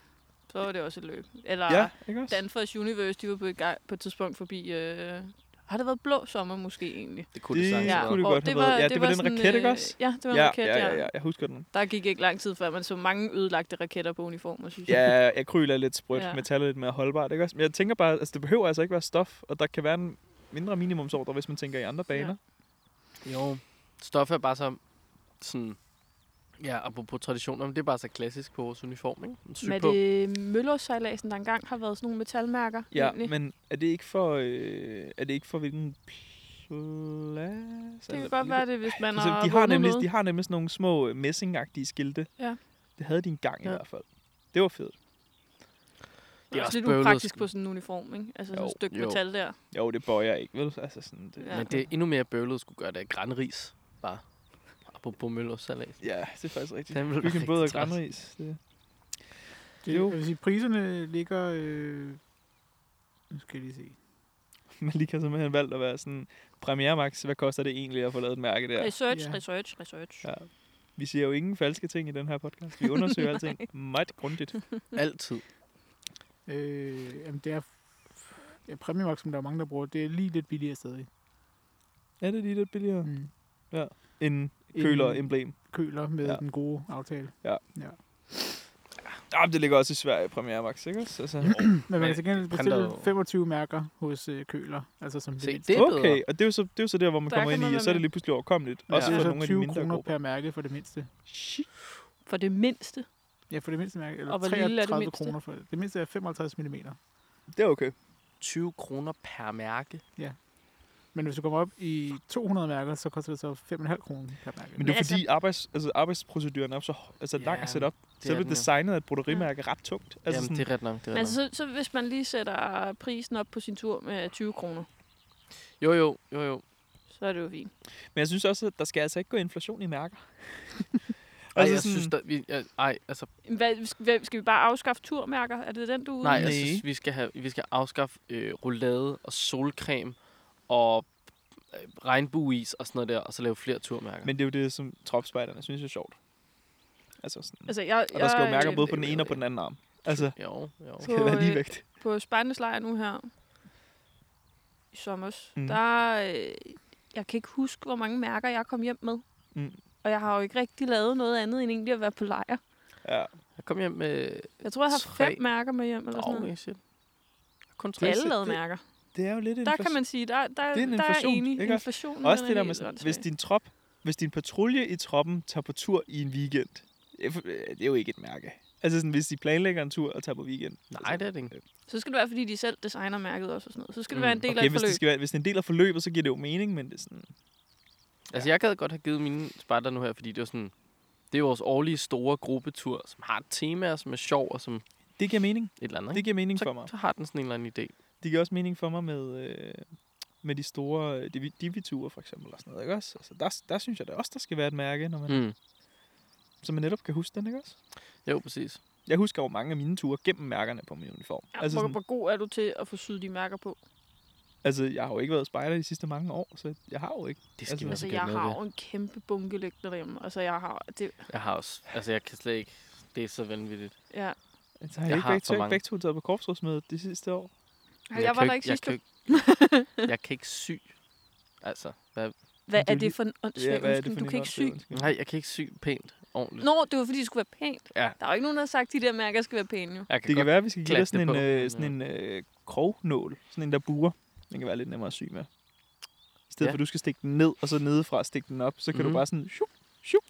[SPEAKER 1] Så var det også et løb. Eller
[SPEAKER 2] Ja,
[SPEAKER 1] ja.
[SPEAKER 2] ikke også?
[SPEAKER 1] Danfoss Universe, de var på et, gang, på et tidspunkt forbi... Øh, har det været blå sommer måske egentlig?
[SPEAKER 3] Det kunne det,
[SPEAKER 2] Det-
[SPEAKER 3] det sagtens
[SPEAKER 2] Ja.
[SPEAKER 3] ja.
[SPEAKER 2] kunne det
[SPEAKER 1] og
[SPEAKER 2] godt have været. Ja, det var den raket, ikke
[SPEAKER 1] øh,
[SPEAKER 2] også?
[SPEAKER 1] Ja, det var en
[SPEAKER 2] Ja,
[SPEAKER 1] raket,
[SPEAKER 2] ja, ja, ja, jeg husker den.
[SPEAKER 1] Der gik ikke lang tid, før man så mange ødelagte raketter på uniformer, synes jeg.
[SPEAKER 2] Ja, akryl er lidt sprødt,
[SPEAKER 1] Ja.
[SPEAKER 2] ja. metal er lidt mere holdbart, ikke også? Men jeg tænker bare, altså det behøver altså ikke være stof, og der kan være en mindre minimumsordre, hvis man tænker i andre baner.
[SPEAKER 3] Jo. Stof er bare så sådan... Ja, apropos traditioner, men det er bare så klassisk på vores uniform, ikke? En syg
[SPEAKER 1] Men er
[SPEAKER 3] på.
[SPEAKER 1] det Møllersejladsen, der engang har været sådan nogle metalmærker?
[SPEAKER 2] Ja,
[SPEAKER 1] egentlig?
[SPEAKER 2] men er det ikke for, øh, er det ikke for hvilken plads?
[SPEAKER 1] det kan godt være det, hvis man
[SPEAKER 2] Altså,
[SPEAKER 1] har
[SPEAKER 2] de, har
[SPEAKER 1] vundet
[SPEAKER 2] nemlig,
[SPEAKER 1] noget.
[SPEAKER 2] de har nemlig sådan nogle små øh, messingagtige skilte.
[SPEAKER 1] Ja.
[SPEAKER 2] Det havde de engang ja.
[SPEAKER 3] Ja.
[SPEAKER 2] i hvert fald. Det var fedt.
[SPEAKER 1] Det er også lidt
[SPEAKER 3] bøvlet.
[SPEAKER 1] upraktisk på sådan en uniform, ikke? Altså sådan
[SPEAKER 2] Jo,
[SPEAKER 1] et stykke
[SPEAKER 3] jo.
[SPEAKER 1] metal der.
[SPEAKER 2] Jo, det bøjer jeg ikke, vel? Altså sådan, det,
[SPEAKER 1] Ja.
[SPEAKER 3] Ja. Men det er endnu mere bøvlet at skulle gøre det af granris, bare. Apropos møllersalat.
[SPEAKER 2] ja, det er faktisk rigtigt.
[SPEAKER 3] Den ville
[SPEAKER 2] Bygge
[SPEAKER 3] være
[SPEAKER 2] en båd af
[SPEAKER 3] rigtig træls.
[SPEAKER 2] granris. Det.
[SPEAKER 4] Det,
[SPEAKER 2] Jo.
[SPEAKER 4] jo. Jeg vil sige, priserne ligger... Øh, nu skal jeg lige se.
[SPEAKER 2] Man lige kan simpelthen valgt at være sådan, Premiermax, hvad koster det egentlig at få lavet et mærke der?
[SPEAKER 1] Research,
[SPEAKER 4] Ja.
[SPEAKER 1] research, research.
[SPEAKER 2] Ja. Vi siger jo ingen falske ting i den her podcast. Vi undersøger alting meget grundigt.
[SPEAKER 3] Altid.
[SPEAKER 4] Øh, jamen, det er... Ja, Premiemax, som der er mange, der bruger, det er lige lidt billigere stadig.
[SPEAKER 2] Er det lige lidt billigere?
[SPEAKER 4] Mm.
[SPEAKER 2] En køler-emblem.
[SPEAKER 4] Køler med
[SPEAKER 2] Ja.
[SPEAKER 4] ja. den gode aftale.
[SPEAKER 2] Ja.
[SPEAKER 4] ja.
[SPEAKER 2] Ah, det ligger også i Sverige, Premiere Max, ikke? også? Altså,
[SPEAKER 4] Men man
[SPEAKER 3] Men
[SPEAKER 4] kan til gengæld
[SPEAKER 3] printer-
[SPEAKER 4] bestille 25 mærker hos øh, Køler. Altså som
[SPEAKER 3] Se,
[SPEAKER 4] det,
[SPEAKER 3] det er bedre.
[SPEAKER 2] okay, og det er, jo så, det er jo så der, hvor man
[SPEAKER 1] Der
[SPEAKER 2] kommer
[SPEAKER 1] kan
[SPEAKER 2] ind
[SPEAKER 1] man
[SPEAKER 2] i,
[SPEAKER 1] være
[SPEAKER 2] og så er det
[SPEAKER 1] med.
[SPEAKER 2] lige pludselig overkommeligt.
[SPEAKER 3] Ja.
[SPEAKER 2] Ja. Også
[SPEAKER 4] det
[SPEAKER 2] for
[SPEAKER 4] er
[SPEAKER 2] nogle
[SPEAKER 4] så
[SPEAKER 2] af de
[SPEAKER 4] 20
[SPEAKER 2] mindre
[SPEAKER 4] Altså kroner
[SPEAKER 2] grupper.
[SPEAKER 4] per mærke for det mindste.
[SPEAKER 2] Shit.
[SPEAKER 1] For det mindste.
[SPEAKER 4] Ja, for det mindste mærke. Eller
[SPEAKER 1] Og hvor lille er det
[SPEAKER 4] 33
[SPEAKER 1] mindste?
[SPEAKER 4] kroner for det. Det mindste er 55 mm.
[SPEAKER 2] Det er okay.
[SPEAKER 3] 20 kroner per mærke.
[SPEAKER 4] Men hvis du kommer op i 200 mærker, så koster det så 5,5 kroner per mærke.
[SPEAKER 2] Men det er
[SPEAKER 1] Men
[SPEAKER 2] fordi arbejds, altså, arbejdsproceduren er så altså,
[SPEAKER 3] Ja,
[SPEAKER 2] lang at sætte op.
[SPEAKER 3] Det er
[SPEAKER 2] Selve
[SPEAKER 3] den jo.
[SPEAKER 2] designet af et brodderimærke er ret tungt. Altså,
[SPEAKER 3] Jamen, det er ret nok. Det er
[SPEAKER 1] Men
[SPEAKER 3] ret
[SPEAKER 1] altså,
[SPEAKER 3] nok.
[SPEAKER 1] så, så hvis man lige sætter prisen op på sin tur med 20 kroner,
[SPEAKER 3] Jo, jo, jo, jo.
[SPEAKER 1] så er det jo fint.
[SPEAKER 2] Men jeg synes også, at der skal altså ikke gå inflation i mærker.
[SPEAKER 3] Ej,
[SPEAKER 2] Altså
[SPEAKER 3] jeg synes, der, vi, ja, ej, altså,
[SPEAKER 1] Jamen, Hvad, skal, hvad- skal vi bare afskaffe turmærker? Er det den, du er ude
[SPEAKER 3] nej,
[SPEAKER 1] i?
[SPEAKER 3] jeg
[SPEAKER 2] Nej.
[SPEAKER 3] synes, vi skal, have, vi skal afskaffe øh, roulade og solcreme og øh, regnbueis og sådan noget der, og så lave flere turmærker.
[SPEAKER 2] Men det er jo det, som tropspejderne synes er sjovt. Altså sådan.
[SPEAKER 1] Altså, jeg,
[SPEAKER 2] Og der skal jo
[SPEAKER 1] jeg,
[SPEAKER 2] mærker
[SPEAKER 1] øh,
[SPEAKER 2] både på den
[SPEAKER 3] øh,
[SPEAKER 2] ene og på den anden arm. Altså,
[SPEAKER 3] Jo, jo.
[SPEAKER 2] det skal være ligevægt.
[SPEAKER 1] På Spejleslejr nu her i sommer,
[SPEAKER 2] Mm.
[SPEAKER 1] mm. der øh, jeg kan ikke huske, hvor mange mærker jeg kom hjem med.
[SPEAKER 2] Mm.
[SPEAKER 1] Og jeg har jo ikke rigtig lavet noget andet end egentlig at være på lejr.
[SPEAKER 2] Ja.
[SPEAKER 3] Jeg kom hjem med...
[SPEAKER 1] Jeg tror, jeg har
[SPEAKER 3] Tre.
[SPEAKER 1] fem mærker med hjem eller sådan
[SPEAKER 3] Oh,
[SPEAKER 1] noget.
[SPEAKER 3] shit. Kun tre.
[SPEAKER 2] Det er så-
[SPEAKER 1] Alle lavede
[SPEAKER 2] det-
[SPEAKER 1] mærker.
[SPEAKER 2] Det er jo lidt
[SPEAKER 1] Der kan man sige, der, der,
[SPEAKER 2] Det er en
[SPEAKER 1] der er
[SPEAKER 2] inflation,
[SPEAKER 1] enig.
[SPEAKER 2] ikke også?
[SPEAKER 1] Inflationen
[SPEAKER 2] Også
[SPEAKER 1] den
[SPEAKER 2] det
[SPEAKER 1] er
[SPEAKER 2] der
[SPEAKER 1] helt
[SPEAKER 2] med, hvis
[SPEAKER 1] åndssvag.
[SPEAKER 2] din trop, hvis din patrulje i troppen tager på tur i en weekend. øh, Det er jo ikke et mærke. Altså sådan, hvis de planlægger en tur og tager på weekend.
[SPEAKER 3] Nej, det er det ikke.
[SPEAKER 1] Så skal det være, fordi de selv designer mærket også og sådan noget. Så skal det
[SPEAKER 3] Mm.
[SPEAKER 1] være en del af
[SPEAKER 2] Okay,
[SPEAKER 1] et
[SPEAKER 2] hvis det,
[SPEAKER 1] forløb.
[SPEAKER 2] skal være, hvis det er en del af forløbet, så giver det jo mening, men det er sådan...
[SPEAKER 3] Altså, jeg gad godt have givet mine spejder nu her, fordi det er sådan... Det er vores årlige store gruppetur, som har et tema, og som er sjov, og som et
[SPEAKER 2] Det giver mening.
[SPEAKER 3] eller andet.
[SPEAKER 2] Det
[SPEAKER 3] Ikke?
[SPEAKER 2] giver mening for
[SPEAKER 3] Så,
[SPEAKER 2] mig.
[SPEAKER 3] så har den sådan en eller anden idé.
[SPEAKER 2] Det giver også mening for mig med, øh, med de store øh, divi- diviture, for eksempel, og sådan noget, ikke også? Altså, der, der synes jeg da også, der skal være et mærke, når man, mm.
[SPEAKER 3] Mm.
[SPEAKER 2] så man netop kan huske den, ikke også?
[SPEAKER 3] Jo, præcis.
[SPEAKER 2] Jeg husker jo mange af mine ture gennem mærkerne på min uniform.
[SPEAKER 1] Ja,
[SPEAKER 2] altså,
[SPEAKER 1] hvor,
[SPEAKER 2] sådan,
[SPEAKER 1] hvor god er du til at få syet de mærker på?
[SPEAKER 2] altså, jeg har jo ikke været spejder de sidste mange år, så jeg har jo ikke.
[SPEAKER 3] Det
[SPEAKER 2] Altså,
[SPEAKER 3] skal
[SPEAKER 2] Ja,
[SPEAKER 3] altså,
[SPEAKER 1] Altså,
[SPEAKER 3] vi
[SPEAKER 1] jeg
[SPEAKER 3] altså, gøre noget
[SPEAKER 1] har
[SPEAKER 3] ved.
[SPEAKER 1] jo en kæmpe bunke liggende derhjemme. Altså, jeg har... Det,
[SPEAKER 3] Jeg har også... Altså, jeg kan slet ikke... Det er så vanvittigt.
[SPEAKER 1] ja.
[SPEAKER 2] Altså, har jeg, jeg
[SPEAKER 3] Jeg
[SPEAKER 2] ikke
[SPEAKER 3] har
[SPEAKER 2] begge,
[SPEAKER 3] for
[SPEAKER 2] to, ikke
[SPEAKER 3] mange.
[SPEAKER 2] begge to taget på korpsrådsmødet de sidste år.
[SPEAKER 1] Jeg, jeg var der ikke
[SPEAKER 3] jeg
[SPEAKER 1] sidste.
[SPEAKER 3] Kan ikke, jeg kan ikke sy. Altså, hvad?
[SPEAKER 1] Hvad
[SPEAKER 2] Det
[SPEAKER 1] er
[SPEAKER 2] er lige-
[SPEAKER 1] det for en åndssvag ja, Du kan ikke sy.
[SPEAKER 3] Nej, jeg kan ikke sy pænt ordentligt.
[SPEAKER 1] Nå, det var fordi, det skulle være pænt.
[SPEAKER 3] Ja.
[SPEAKER 1] Der er jo ikke nogen, der har sagt, at de der mærker skal være pæne, jo.
[SPEAKER 3] Jeg kan
[SPEAKER 2] Det kan
[SPEAKER 3] godt,
[SPEAKER 2] være, at vi skal give dig
[SPEAKER 3] klatte
[SPEAKER 2] sådan en,
[SPEAKER 3] det på,
[SPEAKER 2] øh,
[SPEAKER 3] men,
[SPEAKER 2] sådan en øh, krognål. Sådan en, der buer. Den kan være lidt nemmere at sy med. I stedet
[SPEAKER 3] Ja.
[SPEAKER 2] ja. for, at du skal stikke den ned, og så nedefra stikke den op, så kan mm-hmm.
[SPEAKER 3] Mhm.
[SPEAKER 2] du bare sådan... Shup, shup,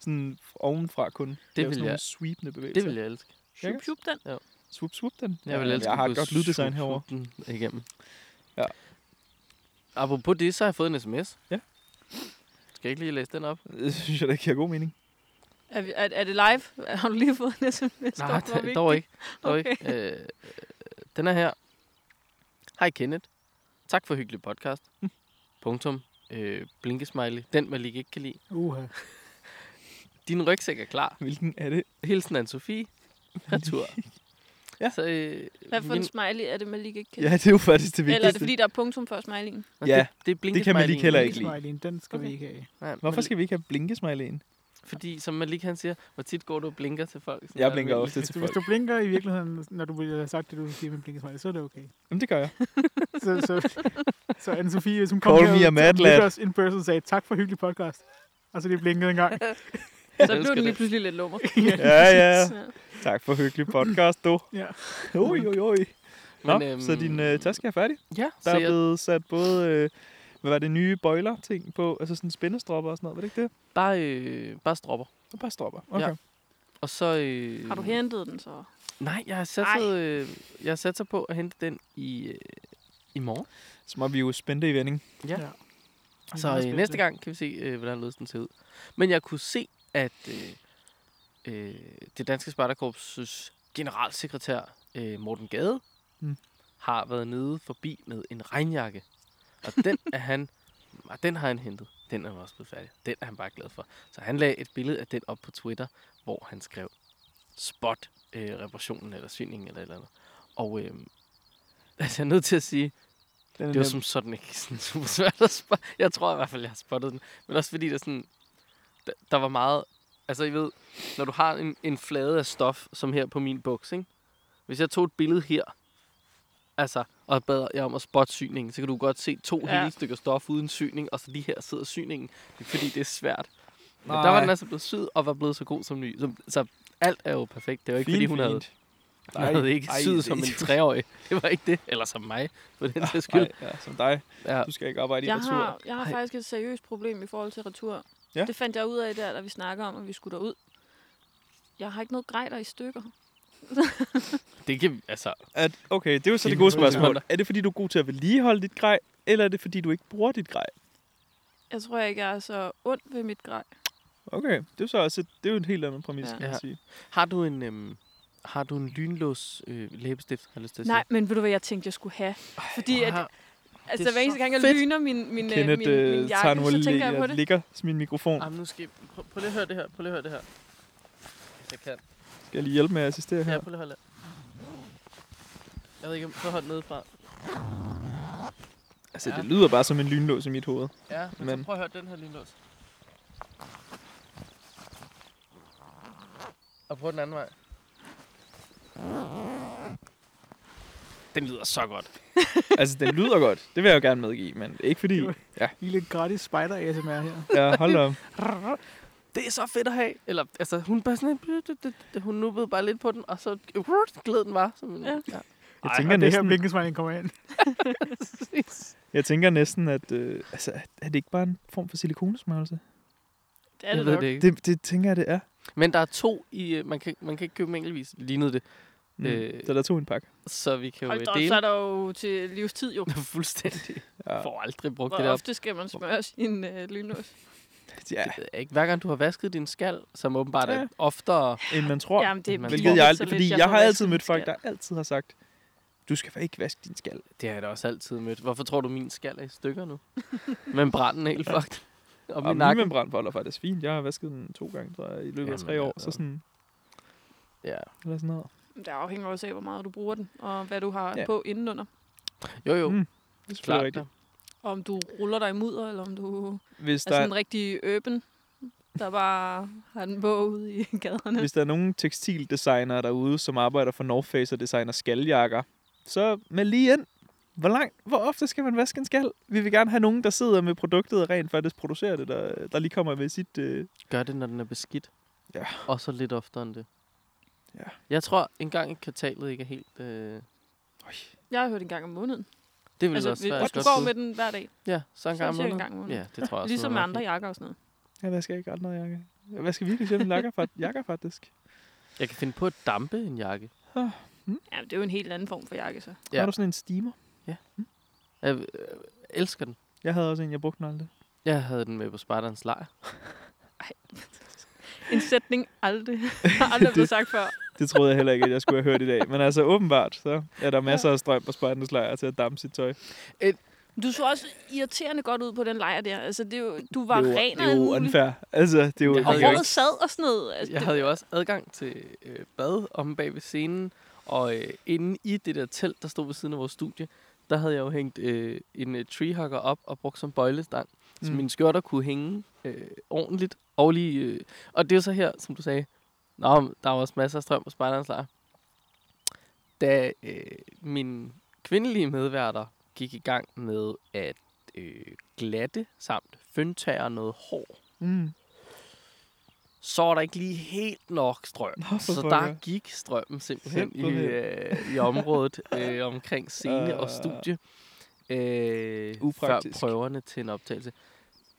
[SPEAKER 2] sådan ovenfra kun. Det lave
[SPEAKER 3] vil
[SPEAKER 2] sådan nogle
[SPEAKER 3] jeg-
[SPEAKER 2] sweepende bevægelser.
[SPEAKER 3] det vil jeg elske.
[SPEAKER 1] Shup,
[SPEAKER 2] Ikke?
[SPEAKER 1] shup den.
[SPEAKER 2] Swoop, swoop den.
[SPEAKER 3] Jeg vil
[SPEAKER 2] Ja,
[SPEAKER 3] elske
[SPEAKER 2] jeg
[SPEAKER 3] at
[SPEAKER 2] har
[SPEAKER 3] kunne
[SPEAKER 2] et godt lyddesign
[SPEAKER 3] suge
[SPEAKER 2] herover.
[SPEAKER 3] den igennem.
[SPEAKER 2] Ja.
[SPEAKER 3] Apropos det, så har jeg fået en sms.
[SPEAKER 2] Ja.
[SPEAKER 3] Skal jeg ikke lige læse den op?
[SPEAKER 2] Det synes jeg, det giver god mening.
[SPEAKER 1] Er, vi- er, er det live? Har du lige fået en sms?
[SPEAKER 3] Nej,
[SPEAKER 1] Hvor vigtigt.
[SPEAKER 3] d- dog ikke. Dog
[SPEAKER 1] Okay.
[SPEAKER 3] ikke. Øh, øh, den er her. Hej Kenneth. Tak for hyggelig podcast.
[SPEAKER 2] Mm.
[SPEAKER 3] Punktum. Øh, blinkesmiley. Den, man lige ikke kan lide.
[SPEAKER 4] Uha.
[SPEAKER 3] Din rygsæk er klar.
[SPEAKER 2] Hvilken er det?
[SPEAKER 3] Hilsen anne Sofie. Retur.
[SPEAKER 2] Ja.
[SPEAKER 3] Så, øh,
[SPEAKER 1] Hvad for en
[SPEAKER 3] min-
[SPEAKER 1] smiley er det, man lige ikke kan?
[SPEAKER 2] Ja, det er jo faktisk det vigtigste.
[SPEAKER 1] Eller er det, fordi der er punktum før smileyen?
[SPEAKER 2] Ja,
[SPEAKER 3] det, det, er
[SPEAKER 2] det kan man lige
[SPEAKER 3] blinkesmileyen.
[SPEAKER 2] heller ikke lide.
[SPEAKER 4] Blinkesmileyen, den skal okay.
[SPEAKER 1] Okay.
[SPEAKER 4] vi ikke af.
[SPEAKER 3] Nej,
[SPEAKER 2] Hvorfor
[SPEAKER 3] man-
[SPEAKER 2] skal vi ikke have blinkesmiley'en?
[SPEAKER 3] Fordi, som man lige kan sige, hvor tit går du og blinker til folk? Sådan
[SPEAKER 2] Jeg
[SPEAKER 3] der
[SPEAKER 2] blinker
[SPEAKER 3] almindeligt.
[SPEAKER 2] ofte
[SPEAKER 4] Hvis
[SPEAKER 2] til
[SPEAKER 4] du, hvis
[SPEAKER 2] folk.
[SPEAKER 4] du blinker i virkeligheden, når du ville have sagt det, du siger med en blinkesmiley, så er det okay.
[SPEAKER 2] Jamen, det gør jeg.
[SPEAKER 4] Så, så, så Anne-Sophie, hvis hun kom
[SPEAKER 2] Call
[SPEAKER 4] her
[SPEAKER 2] me a
[SPEAKER 4] og
[SPEAKER 2] mad
[SPEAKER 4] blinkede
[SPEAKER 2] lad.
[SPEAKER 4] os in person og sagde, tak for hyggelig podcast. Og så lige blinkede en gang.
[SPEAKER 1] Så
[SPEAKER 3] elsker
[SPEAKER 1] blev den lige
[SPEAKER 3] det.
[SPEAKER 1] pludselig lidt lummer.
[SPEAKER 2] Ja, ja. Tak for hyggelig podcast, du.
[SPEAKER 4] Ja.
[SPEAKER 2] Oj, oj, oj. Nå,
[SPEAKER 3] Men,
[SPEAKER 2] øhm, så din øh,
[SPEAKER 3] øhm,
[SPEAKER 2] taske er færdig?
[SPEAKER 3] Ja,
[SPEAKER 2] Der
[SPEAKER 3] så
[SPEAKER 2] er
[SPEAKER 3] jeg,
[SPEAKER 2] blevet sat både, øh, hvad var det, nye bøjler-ting på, altså sådan spændestropper og sådan noget, var det ikke det?
[SPEAKER 3] bare, øh, bare stropper.
[SPEAKER 2] Og bare stropper. Okay.
[SPEAKER 3] Ja.
[SPEAKER 2] Ja.
[SPEAKER 3] Og så... Øh,
[SPEAKER 1] Har du hentet den så?
[SPEAKER 3] Nej, jeg har sat sig, øh, jeg har sat sig på at hente den i, øh, i morgen.
[SPEAKER 2] Så må vi jo spændte i vending.
[SPEAKER 3] Så øh, næste gang kan vi se, øh, hvordan løsningen ser ud. Men jeg kunne se, at øh, øh, det danske Spartakorps' generalsekretær, øh, Morten Gade, mm.
[SPEAKER 2] Mm.
[SPEAKER 3] har været nede forbi med en regnjakke. Og den er han, og den har han hentet. Den er han også blevet færdig. Den er han bare glad for. Så han lagde et billede af den op på Twitter, hvor han skrev, spot øh, reparationen eller syningen eller et eller andet. Og øh, altså, jeg er nødt til at sige,
[SPEAKER 2] Den er
[SPEAKER 3] det var
[SPEAKER 2] nem.
[SPEAKER 3] som sådan ikke sådan super svært at spotte. Jeg tror i hvert fald, jeg har spottet den. Men også fordi, der, sådan, der, der var meget... Altså, I ved, når du har en, en flade af stof, som her på min buks, ikke? Hvis jeg tog et billede her, altså, og bad jer om at spotte syningen, så kan du godt se to ja.
[SPEAKER 1] Ja.
[SPEAKER 3] hele stykker stof uden syning, og så lige her sidder syningen. Det er fordi, det er svært. Men der var den altså blevet syet, og var blevet så god som ny. Så, så alt er jo perfekt. Det var ikke, fordi hun havde, hun
[SPEAKER 2] Nej,
[SPEAKER 3] havde ikke
[SPEAKER 2] ej,
[SPEAKER 3] syet
[SPEAKER 2] det-
[SPEAKER 3] som en treårig. Det var ikke det. Eller som mig, for den sags skyld.
[SPEAKER 2] Nej, ja, som dig.
[SPEAKER 3] Ja.
[SPEAKER 2] Du skal ikke arbejde i
[SPEAKER 1] Jeg
[SPEAKER 2] retur.
[SPEAKER 1] har, jeg har
[SPEAKER 3] Ej.
[SPEAKER 1] faktisk et seriøst problem i forhold til retur.
[SPEAKER 2] Ja.
[SPEAKER 1] Det fandt jeg ud af der, da vi snakker om, at vi skulle derud. Jeg har ikke noget grejder i stykker.
[SPEAKER 3] Det kan, altså,
[SPEAKER 2] At, okay, det er jo så det
[SPEAKER 3] Det
[SPEAKER 2] gode
[SPEAKER 3] er en god
[SPEAKER 2] spørgsmål.
[SPEAKER 3] spørgsmål.
[SPEAKER 2] Er det, fordi du er god til at vedligeholde dit grej, eller er det, fordi du ikke bruger dit grej?
[SPEAKER 1] Jeg tror ikke, jeg er så ond ved mit grej.
[SPEAKER 2] Okay, det er, jo så også et, det er jo en helt anden præmis,
[SPEAKER 1] Ja.
[SPEAKER 2] ja. kan
[SPEAKER 3] Ja.
[SPEAKER 2] man sige.
[SPEAKER 3] har du en, øhm, har du en lynlås øh, læbestift, har jeg lyst til at
[SPEAKER 1] Nej,
[SPEAKER 3] sige?
[SPEAKER 1] men ved du, hvad jeg tænkte, jeg skulle have? Fordi at,
[SPEAKER 3] Har- det
[SPEAKER 1] altså,
[SPEAKER 3] er
[SPEAKER 1] hver eneste
[SPEAKER 3] så
[SPEAKER 1] gang, jeg
[SPEAKER 3] fedt.
[SPEAKER 1] lyner min, min, øh,
[SPEAKER 2] Kenneth
[SPEAKER 1] min, min
[SPEAKER 2] øh, tager
[SPEAKER 1] jakke,
[SPEAKER 2] nu og
[SPEAKER 1] så tænker jeg på
[SPEAKER 2] ligger,
[SPEAKER 1] det.
[SPEAKER 2] ligger min mikrofon.
[SPEAKER 3] Jamen, nu skal I... Prøv, prøv lige at høre det her. Prøv lige at høre det her. Hvis jeg kan.
[SPEAKER 2] Skal jeg lige hjælpe med at assistere
[SPEAKER 3] Ja,
[SPEAKER 2] her?
[SPEAKER 3] prøv lige at holde. Jeg ved ikke, om prøv at holde nedefra.
[SPEAKER 2] Altså,
[SPEAKER 3] Ja.
[SPEAKER 2] det lyder bare som en lynlås i mit hoved.
[SPEAKER 3] Ja, men,
[SPEAKER 2] Men-
[SPEAKER 3] så prøv at høre den her lynlås. Og prøv den anden vej. Den lyder så godt.
[SPEAKER 2] altså, den lyder godt. Det vil jeg jo gerne medgive, men ikke fordi...
[SPEAKER 4] Det var- Lille gratis spider ASMR her.
[SPEAKER 2] Ja, hold da op.
[SPEAKER 3] Det er så fedt at have. Eller, altså, hun bare sådan, lidt- hun nubbede bare lidt på den, og så gled den bare. Som en,
[SPEAKER 1] Ja.
[SPEAKER 3] ja.
[SPEAKER 2] Jeg
[SPEAKER 4] Ej,
[SPEAKER 2] tænker
[SPEAKER 4] og det er her,
[SPEAKER 2] næsten-
[SPEAKER 4] vinkelsmejlen kommer ind.
[SPEAKER 2] Jeg tænker næsten, at øh, altså, er det ikke bare en form for silikonesmørelse?
[SPEAKER 1] Det er
[SPEAKER 3] Jeg
[SPEAKER 1] det
[SPEAKER 3] ved
[SPEAKER 1] nok.
[SPEAKER 3] det ikke.
[SPEAKER 2] Det, det tænker jeg, det er.
[SPEAKER 3] Men der er to i... øh, Man kan, man kan ikke købe dem enkeltvis. Lignede det.
[SPEAKER 2] Mm.
[SPEAKER 3] Øh.
[SPEAKER 2] Øh, så der tog en pakke.
[SPEAKER 3] Så vi kan jo
[SPEAKER 1] Hold
[SPEAKER 3] øh,
[SPEAKER 1] da op,
[SPEAKER 3] dele.
[SPEAKER 1] så er der jo til livstid jo.
[SPEAKER 3] Fuldstændig.
[SPEAKER 2] Ja.
[SPEAKER 3] Jeg får aldrig brugt det
[SPEAKER 1] Hvor
[SPEAKER 3] der.
[SPEAKER 1] ofte skal man smøre sin øh, lynlås?
[SPEAKER 2] ja,
[SPEAKER 3] Det ved jeg ikke. Hver gang du har vasket din skal, som åbenbart
[SPEAKER 2] Ja.
[SPEAKER 3] er oftere...
[SPEAKER 2] end man tror.
[SPEAKER 1] Jamen, det
[SPEAKER 3] Man-
[SPEAKER 2] Hvilket
[SPEAKER 1] bliver
[SPEAKER 2] jeg
[SPEAKER 1] så
[SPEAKER 2] aldrig,
[SPEAKER 1] lidt,
[SPEAKER 2] fordi jeg,
[SPEAKER 1] får
[SPEAKER 2] har
[SPEAKER 1] vasket
[SPEAKER 2] altid
[SPEAKER 1] min
[SPEAKER 2] mødt folk,
[SPEAKER 1] skat.
[SPEAKER 2] der altid har sagt, du skal ikke vaske din skal.
[SPEAKER 3] Det har jeg da også altid mødt. Hvorfor tror du, min skal er i stykker nu? Membranen er helt fucked. Og min
[SPEAKER 2] Og min
[SPEAKER 3] nakke.
[SPEAKER 2] membran holder faktisk fint. Jeg har vasket den to gange tror jeg, i løbet af
[SPEAKER 3] Jamen,
[SPEAKER 2] tre år.
[SPEAKER 3] altså.
[SPEAKER 2] Så sådan,
[SPEAKER 3] Ja.
[SPEAKER 2] eller sådan noget.
[SPEAKER 1] Det afhænger også af, hvor meget du bruger den, og hvad du har
[SPEAKER 2] Ja.
[SPEAKER 1] ja. på indenunder.
[SPEAKER 3] Jo, jo.
[SPEAKER 2] Mm,
[SPEAKER 3] Mm,
[SPEAKER 2] Det er
[SPEAKER 3] klart.
[SPEAKER 2] Klart, rigtigt.
[SPEAKER 3] da.
[SPEAKER 1] Og om du ruller dig i mudder, eller om du
[SPEAKER 2] Hvis,
[SPEAKER 1] er
[SPEAKER 2] der,
[SPEAKER 1] Altså, sådan en
[SPEAKER 2] er,
[SPEAKER 1] rigtig øben, der bare har den på ude i gaderne.
[SPEAKER 2] hvis der er nogen tekstildesignere derude, som arbejder for North Face og designer skaljakker, så med lige ind. Hvor langt, hvor ofte skal man vaske en skal? Vi vil gerne have nogen, der sidder med produktet og rent faktisk producerer det, der, der lige kommer med sit... Øh,
[SPEAKER 3] Gør det, når den er beskidt.
[SPEAKER 2] Ja.
[SPEAKER 3] Og så lidt oftere end det.
[SPEAKER 2] Ja.
[SPEAKER 3] Jeg tror, en gang i kvartalet ikke er helt... Øh...
[SPEAKER 1] Jeg har hørt en gang om måneden.
[SPEAKER 3] Det vil
[SPEAKER 1] Altså,
[SPEAKER 3] altså, også
[SPEAKER 1] vi,
[SPEAKER 3] være
[SPEAKER 1] og
[SPEAKER 3] et
[SPEAKER 1] du
[SPEAKER 3] godt
[SPEAKER 1] går
[SPEAKER 3] bud.
[SPEAKER 1] med den hver dag.
[SPEAKER 3] Ja, så en
[SPEAKER 1] Så
[SPEAKER 3] gang om
[SPEAKER 1] cirka en
[SPEAKER 3] måneden.
[SPEAKER 1] gang om måneden.
[SPEAKER 3] Ja, det tror jeg også.
[SPEAKER 1] Ligesom
[SPEAKER 3] lyder
[SPEAKER 1] med
[SPEAKER 3] meget
[SPEAKER 1] andre
[SPEAKER 3] fint.
[SPEAKER 1] jakker og sådan noget.
[SPEAKER 2] jeg vasker ikke ret meget jakke. Jeg vasker virkelig sjældent jakker, fakt- jakker faktisk.
[SPEAKER 3] Jeg kan finde på at dampe en jakke.
[SPEAKER 1] Ja, det er jo en helt anden form for jakke, så.
[SPEAKER 3] Ja.
[SPEAKER 2] Ja. Har du sådan en steamer?
[SPEAKER 3] Jeg øh, elsker den.
[SPEAKER 2] Jeg havde også en, jeg brugte den aldrig.
[SPEAKER 3] Jeg havde den med på Spartans lejr.
[SPEAKER 1] En sætning aldrig, aldrig blevet sagt før.
[SPEAKER 2] Det troede jeg heller ikke, at jeg skulle have hørt i dag. Men altså åbenbart, så er der masser af strøm på Spartans lejr til at dampe sit tøj.
[SPEAKER 1] Du så også irriterende godt ud på den lejr der. Altså, det er jo, du var
[SPEAKER 2] det er jo,
[SPEAKER 1] ren
[SPEAKER 2] det er
[SPEAKER 1] alt
[SPEAKER 2] jo
[SPEAKER 1] muligt.
[SPEAKER 2] unfair. Altså, det er jo...
[SPEAKER 3] Jeg
[SPEAKER 1] Og
[SPEAKER 3] havde jo
[SPEAKER 1] håret
[SPEAKER 3] ikke-
[SPEAKER 1] sad og sådan noget. Altså,
[SPEAKER 3] Jeg havde jo også adgang til øh, bad om bag ved scenen, og øh, inde i det der telt, der stod ved siden af vores studie, der havde jeg jo hængt øh, en øh, treehugger op og brugt som bøjlestang, mm. så
[SPEAKER 2] Mm.
[SPEAKER 3] mine skørter kunne hænge øh, ordentligt. Og, lige, øh, og det er jo så her, som du sagde, Nå, men der var også masser af strøm på spejderens lejr. Da øh, min kvindelige medværter gik i gang med at øh, glatte samt føntage noget hår,
[SPEAKER 2] Mm.
[SPEAKER 3] så var der ikke lige helt nok strøm.
[SPEAKER 2] Nå, for
[SPEAKER 3] så
[SPEAKER 2] pokker.
[SPEAKER 3] der gik strømmen simpelthen i,
[SPEAKER 2] Simpelthen.
[SPEAKER 3] øh, i området øh, omkring scene og
[SPEAKER 2] Ah.
[SPEAKER 3] studie. Øh, før
[SPEAKER 2] Upraktisk.
[SPEAKER 3] prøverne til en optagelse.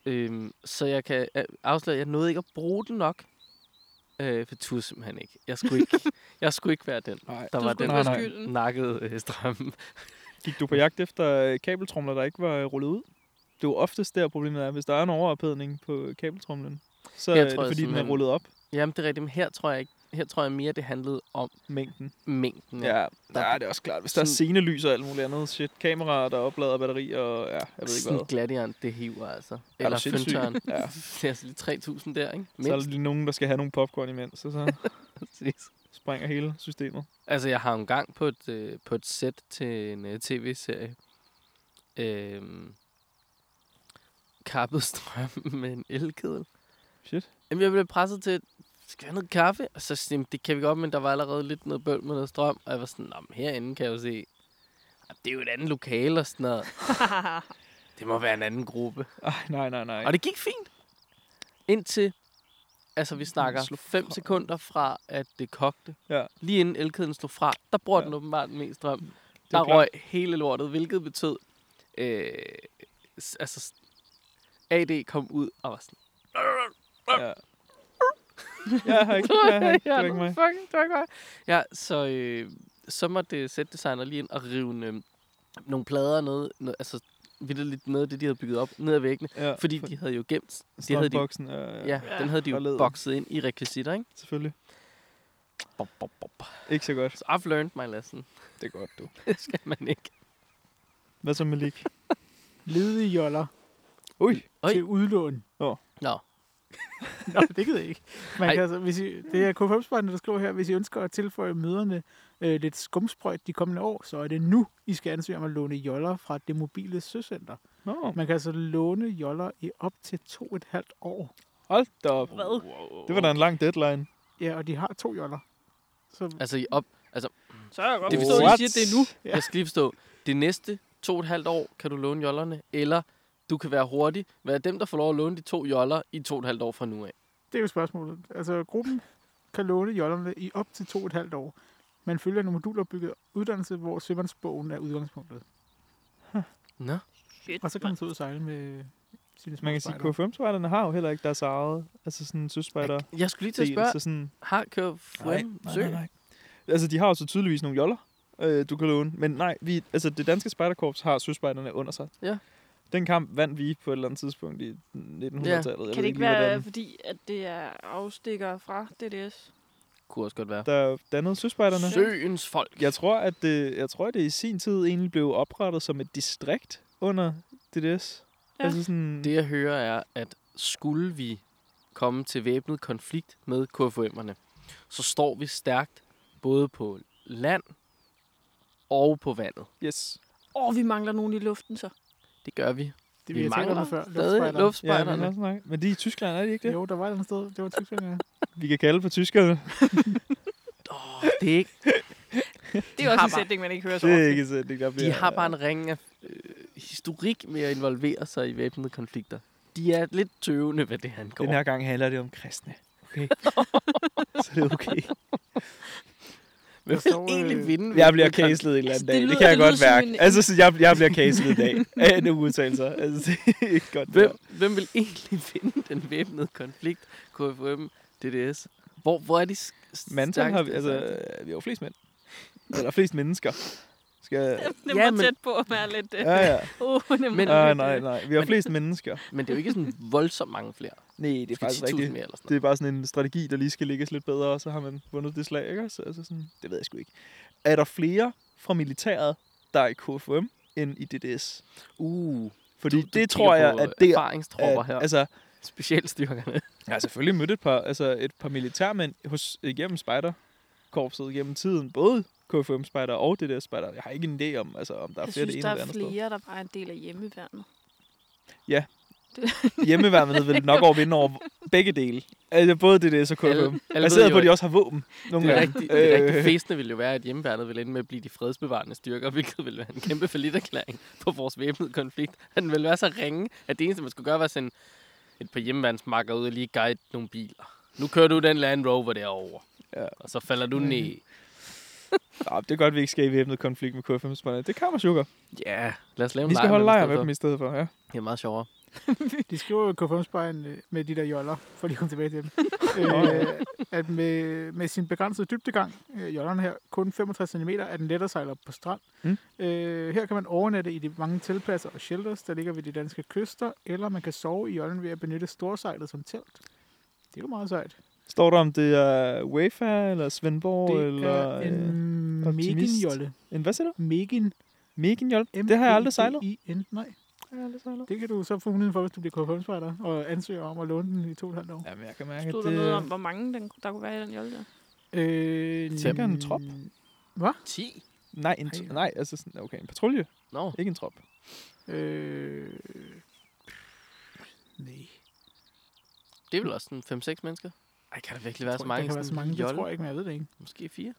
[SPEAKER 3] Øhm, så jeg kan øh, afsløre, at jeg nåede ikke at bruge den nok. Øh, for turde simpelthen ikke. Jeg skulle ikke, jeg skulle ikke være den,
[SPEAKER 2] Nej.
[SPEAKER 3] der
[SPEAKER 1] du
[SPEAKER 3] var
[SPEAKER 1] skulle
[SPEAKER 3] den,
[SPEAKER 1] ikke være
[SPEAKER 2] Nej, nej.
[SPEAKER 1] skylden.
[SPEAKER 3] nakkede øh, strømmen.
[SPEAKER 2] Gik du på jagt efter øh, kabeltrumler, der ikke var øh, rullet ud? Det er jo oftest der problemet er, hvis der er en overophedning på kabeltrumlen. Så
[SPEAKER 3] Jeg
[SPEAKER 2] er det
[SPEAKER 3] tror, jeg
[SPEAKER 2] fordi, den er
[SPEAKER 3] simpelthen-
[SPEAKER 2] rullet op,
[SPEAKER 3] Jamen, det er rigtigt, men her tror jeg ikke. Her tror jeg mere, det handlede om
[SPEAKER 2] mængden.
[SPEAKER 3] mængden. af-
[SPEAKER 2] Ja, der, ja det er også klart. Hvis der er
[SPEAKER 3] Sådan-
[SPEAKER 2] scenelys og alt muligt andet shit, kameraer, der oplader batteri og ja, jeg ved ikke
[SPEAKER 3] Sådan
[SPEAKER 2] hvad.
[SPEAKER 3] en gladiant, det hiver altså.
[SPEAKER 2] du
[SPEAKER 3] Eller
[SPEAKER 2] sindssyg?
[SPEAKER 3] føntøren.
[SPEAKER 2] Ja.
[SPEAKER 3] Det er altså lige 3.000 der, ikke?
[SPEAKER 2] Så er der
[SPEAKER 3] Mindst.
[SPEAKER 2] lige nogen, der skal have nogle popcorn imens, og så
[SPEAKER 3] Præcis.
[SPEAKER 2] springer hele systemet.
[SPEAKER 3] Altså, jeg har jo engang på et, øh, på et sæt til en øh, tv-serie øhm, kappet strøm med en elkedel.
[SPEAKER 2] Shit.
[SPEAKER 3] Jamen, jeg blev presset til, skal jeg have noget kaffe? Og så sådan, "Jamen, det kan vi godt, men der var allerede lidt noget bøvl med noget strøm. Og jeg var sådan, "Nå, men herinde kan jeg jo se, "Ah, det er jo et andet lokale og sådan noget. Det må være en anden gruppe.
[SPEAKER 2] Ej, nej, nej, nej.
[SPEAKER 3] Og det gik fint. Indtil altså vi snakker
[SPEAKER 2] slog
[SPEAKER 3] 5
[SPEAKER 2] fra.
[SPEAKER 3] sekunder fra, at det kogte.
[SPEAKER 2] Ja.
[SPEAKER 3] Lige inden elkedlen slog fra, der bruger ja. den
[SPEAKER 2] Ja.
[SPEAKER 3] åbenbart mest strøm.
[SPEAKER 2] er
[SPEAKER 3] Der
[SPEAKER 2] klart.
[SPEAKER 3] røg hele lortet, hvilket betød, øh, s- altså, s- AD kom ud og var sådan,
[SPEAKER 2] Ja. Jeg har ikke, jeg har ikke, det var ikke mig.
[SPEAKER 3] Fucking, det var ikke mig. Ja, så, øh, så måtte sætdesigner lige ind og rive en, øh, nogle plader ned, ned altså lidt noget af det, de havde bygget op, ned ad væggene.
[SPEAKER 2] Ja,
[SPEAKER 3] Fordi de havde jo gemt,
[SPEAKER 2] det havde
[SPEAKER 3] de-
[SPEAKER 2] boksen, øh,
[SPEAKER 3] ja, den havde de
[SPEAKER 2] Og
[SPEAKER 3] jo
[SPEAKER 2] læder.
[SPEAKER 3] bokset ind i rekvisitter, ikke?
[SPEAKER 2] selvfølgelig.
[SPEAKER 3] Bop, bop, bop.
[SPEAKER 2] Ikke så godt.
[SPEAKER 3] Så I've learned my lesson.
[SPEAKER 2] Det er godt, du.
[SPEAKER 3] Det skal man ikke.
[SPEAKER 2] Hvad så, Malik?
[SPEAKER 4] Ledige joller
[SPEAKER 2] Ui,
[SPEAKER 3] Oj.
[SPEAKER 4] til udlån.
[SPEAKER 3] Nå,
[SPEAKER 4] Nå, det gider jeg ikke. Man
[SPEAKER 3] Ej.
[SPEAKER 4] kan altså, hvis I, det er KFM-spørgerne, der skriver her, hvis I ønsker at tilføje møderne øh, lidt skumsprøjt de kommende år, så er det nu, I skal ansøge om at låne joller fra det mobile søcenter.
[SPEAKER 2] nå,
[SPEAKER 4] Man kan altså låne joller i op til to og et halvt år.
[SPEAKER 2] hold da op.
[SPEAKER 1] Hvad?
[SPEAKER 2] Det var da en lang deadline.
[SPEAKER 4] Ja, og de har to joller. Så
[SPEAKER 3] altså I op.
[SPEAKER 1] Så er jeg godt
[SPEAKER 3] Det vil
[SPEAKER 1] forstå, at
[SPEAKER 3] sige-
[SPEAKER 1] de siger det er nu.
[SPEAKER 4] Ja.
[SPEAKER 3] Jeg skal lige forstå. Det næste to og et halvt år kan du låne jollerne, eller du kan være hurtig. Være dem, der får lov at låne de to joller i to og et halvt år fra nu af.
[SPEAKER 4] det er jo spørgsmålet. Altså, gruppen kan låne jollerne i op til to og et halvt år. Man følger en modulopbygget uddannelse, hvor sømandsbogen er udgangspunktet.
[SPEAKER 3] Nå.
[SPEAKER 1] Shit,
[SPEAKER 4] Og så kan man tage ud og sejle med sine små
[SPEAKER 2] Man kan sige,
[SPEAKER 4] spejdere.
[SPEAKER 2] at KFM-spejderne har jo heller ikke deres eget, altså sådan søspejder.
[SPEAKER 3] Jeg skulle lige til at
[SPEAKER 2] Så
[SPEAKER 3] spørge,
[SPEAKER 2] sådan,
[SPEAKER 3] har kørt frem sø?
[SPEAKER 2] Altså, de har jo så tydeligvis nogle joller, øh, du kan låne. Men nej, vi, altså, det danske spejderkorps har søspejderne under sig.
[SPEAKER 3] Ja.
[SPEAKER 2] Den kamp vandt vi på et eller andet tidspunkt i 1900-tallet. Jeg ved
[SPEAKER 1] kan det ikke
[SPEAKER 2] lige,
[SPEAKER 1] være,
[SPEAKER 2] hvordan.
[SPEAKER 1] fordi at det er afstikker fra DDS?
[SPEAKER 3] Kunne også godt være.
[SPEAKER 2] Der dannede søspejderne.
[SPEAKER 3] Søens folk.
[SPEAKER 2] Jeg tror, at det, jeg tror, at det i sin tid egentlig blev oprettet som et distrikt under DDS.
[SPEAKER 1] Ja.
[SPEAKER 2] Altså sådan,
[SPEAKER 3] Det jeg hører er, at skulle vi komme til væbnet konflikt med KFUM'erne, så står vi stærkt både på land og på vandet.
[SPEAKER 2] yes.
[SPEAKER 1] Åh, oh, vi mangler nogen i luften så.
[SPEAKER 3] Det gør vi.
[SPEAKER 4] Det vi
[SPEAKER 3] Vi
[SPEAKER 4] har talt
[SPEAKER 3] mangler
[SPEAKER 4] om før.
[SPEAKER 3] Stadig
[SPEAKER 4] Luftspejdere.
[SPEAKER 2] Ja,
[SPEAKER 3] luftspejderne.
[SPEAKER 2] men, også nok. men de er i Tyskland, er de ikke det?
[SPEAKER 4] Jo, der var et eller andet sted. Det var Tyskland, ja.
[SPEAKER 2] Vi kan kalde på tyskerne.
[SPEAKER 3] Åh, det er ikke
[SPEAKER 1] Det er også
[SPEAKER 3] har
[SPEAKER 1] en
[SPEAKER 3] bare-
[SPEAKER 1] sætning, man ikke hører så
[SPEAKER 2] Det er
[SPEAKER 1] ofte.
[SPEAKER 2] ikke sætning, der bliver...
[SPEAKER 3] De har bare en ring af øh, historik med at involvere sig i væbnede konflikter. De er lidt tøvende, hvad det angår.
[SPEAKER 2] Den her gang handler det om kristne. Okay. så det er okay.
[SPEAKER 3] Hvem
[SPEAKER 4] Der
[SPEAKER 3] vil
[SPEAKER 4] står,
[SPEAKER 3] egentlig
[SPEAKER 4] øh,
[SPEAKER 3] vinde?
[SPEAKER 2] Jeg bliver
[SPEAKER 3] væbnede konflikter?
[SPEAKER 2] caselet en eller anden
[SPEAKER 1] Det
[SPEAKER 2] dag. Det,
[SPEAKER 1] lyder-
[SPEAKER 2] kan jeg
[SPEAKER 1] det
[SPEAKER 2] godt
[SPEAKER 1] lyder som
[SPEAKER 2] mærke.
[SPEAKER 1] en-
[SPEAKER 2] Altså, så jeg, jeg bliver caselet i dag. Af nogle udtalelser. Altså, det er ikke godt. det
[SPEAKER 3] Hvem,
[SPEAKER 2] her.
[SPEAKER 3] hvem vil egentlig vinde den væbnede konflikt? KFM, DDS. Hvor, hvor er de s-
[SPEAKER 2] Mantal
[SPEAKER 3] stærkeste
[SPEAKER 2] har vi... Altså,
[SPEAKER 3] sejre?
[SPEAKER 2] vi har jo flest mænd. Eller flest mennesker. Skal...
[SPEAKER 1] Det
[SPEAKER 3] Ja,
[SPEAKER 1] var
[SPEAKER 3] men-
[SPEAKER 1] tæt på at være lidt... Øh,
[SPEAKER 2] Ja, ja.
[SPEAKER 1] uh,
[SPEAKER 3] Men-
[SPEAKER 1] men,
[SPEAKER 2] Ah, nej, nej. Vi har flest mennesker.
[SPEAKER 3] Men det er jo ikke sådan voldsomt mange flere.
[SPEAKER 2] Nej, det er faktisk
[SPEAKER 3] 10.000
[SPEAKER 2] rigtigt.
[SPEAKER 3] mere eller sådan
[SPEAKER 2] Det er bare sådan en strategi, der lige skal lægges lidt bedre, og så har man vundet det slag, ikke? Så, altså sådan, det ved jeg sgu ikke. Er der flere fra militæret, der er i KFM, end i DDS?
[SPEAKER 3] noget. Uh,
[SPEAKER 2] Fordi du,
[SPEAKER 3] du- du
[SPEAKER 2] det
[SPEAKER 3] kigger
[SPEAKER 2] tror jeg,
[SPEAKER 3] på
[SPEAKER 2] at det er...
[SPEAKER 3] erfaringstropper her. Altså,
[SPEAKER 2] altså,
[SPEAKER 3] Specialstyrkerne.
[SPEAKER 2] jeg har selvfølgelig mødt et par, altså et par militærmænd hos, igennem spejderkorpset gennem tiden. Både kfm spejder og dds spejder. Jeg har ikke en idé om, altså, om der er
[SPEAKER 1] jeg
[SPEAKER 2] flere det
[SPEAKER 1] synes,
[SPEAKER 2] ene
[SPEAKER 1] der
[SPEAKER 2] eller
[SPEAKER 1] er
[SPEAKER 2] andet sted.
[SPEAKER 1] flere, der bare er en del af hjemmeværnet.
[SPEAKER 2] Hjemmeværnet vil nok over vinde over begge dele. Altså både DDS og KFM.
[SPEAKER 3] Alle- alle
[SPEAKER 2] Alle,
[SPEAKER 3] ved
[SPEAKER 2] alle baseret
[SPEAKER 3] jo,
[SPEAKER 2] på, at
[SPEAKER 3] at-
[SPEAKER 2] de også har våben. Nogle
[SPEAKER 3] Det er
[SPEAKER 2] gange.
[SPEAKER 3] rigtig, det er rigtig
[SPEAKER 2] Øh.
[SPEAKER 3] festende ville jo være, at hjemmeværnet ville ende med at blive de fredsbevarende styrker, hvilket ville være en kæmpe falliterklæring på vores væbnede konflikt. Den ville være så ringe, at det eneste, man skulle gøre, var at sende et par hjemmeværnsmakker ud og lige guide nogle biler. Nu kører du den Land Rover derovre,
[SPEAKER 2] Ja.
[SPEAKER 3] og så falder du ned.
[SPEAKER 2] Nå, Øh, ah, det er godt, vi ikke skal i væbnet konflikt med KFM. spejder. Det kan man sukker.
[SPEAKER 3] Ja, lad os lave en
[SPEAKER 2] Vi skal
[SPEAKER 3] lejr
[SPEAKER 2] holde lejr
[SPEAKER 3] dem
[SPEAKER 2] med
[SPEAKER 3] i stedet
[SPEAKER 2] dem i stedet for, ja.
[SPEAKER 3] for. Det er meget sjovere.
[SPEAKER 4] De skriver jo konfirmspejlen med de der joller, for lige at komme tilbage til dem, øh, at med, med sin begrænsede dybdegang, øh, jollerne her, kun 65 cm, er den lettere sejler på strand.
[SPEAKER 2] Mm.
[SPEAKER 4] Øh, her kan man overnatte i de mange teltpladser og shelters, der ligger ved de danske kyster, eller man kan sove i jollen ved at benytte storsejlet som telt. Det er jo meget sejt.
[SPEAKER 2] Står der, om det er Wafa, eller Svendborg,
[SPEAKER 4] Det
[SPEAKER 2] eller
[SPEAKER 4] er
[SPEAKER 2] en, øh,
[SPEAKER 4] en
[SPEAKER 2] optimist.
[SPEAKER 4] Megin-jolle.
[SPEAKER 2] en... Hvad siger du?
[SPEAKER 4] Megin. E
[SPEAKER 2] Meginjold? Det har jeg aldrig sejlet.
[SPEAKER 4] M-E-G-I-N. Nej,
[SPEAKER 2] Det har jeg aldrig sejlet.
[SPEAKER 4] det kan du så få muligheden for, hvis du bliver konfirmspejler og ansøger om at låne den i to og et halvt år.
[SPEAKER 2] Jamen, jeg kan mærke,
[SPEAKER 1] Stod
[SPEAKER 2] at øh,
[SPEAKER 1] der noget om,
[SPEAKER 2] det...
[SPEAKER 1] hvor mange den, der kunne være i den jolle der?
[SPEAKER 4] Øh,
[SPEAKER 2] Tænker en trop?
[SPEAKER 3] Ti?
[SPEAKER 2] Nej, en,
[SPEAKER 4] Ej.
[SPEAKER 2] nej, altså sådan, okay, en patrulje,
[SPEAKER 3] Nå,
[SPEAKER 2] ikke en trop.
[SPEAKER 4] Øh, nej.
[SPEAKER 3] det er vel også sådan 5-6 mennesker? Ej, kan der virkelig være
[SPEAKER 4] Jeg
[SPEAKER 3] så
[SPEAKER 4] tror
[SPEAKER 3] mange?
[SPEAKER 4] ikke, der kan
[SPEAKER 3] i
[SPEAKER 4] være så
[SPEAKER 3] sådan en
[SPEAKER 4] mange, det
[SPEAKER 3] jolle?
[SPEAKER 4] tror jeg ikke, men jeg ved det ikke.
[SPEAKER 3] Måske fire?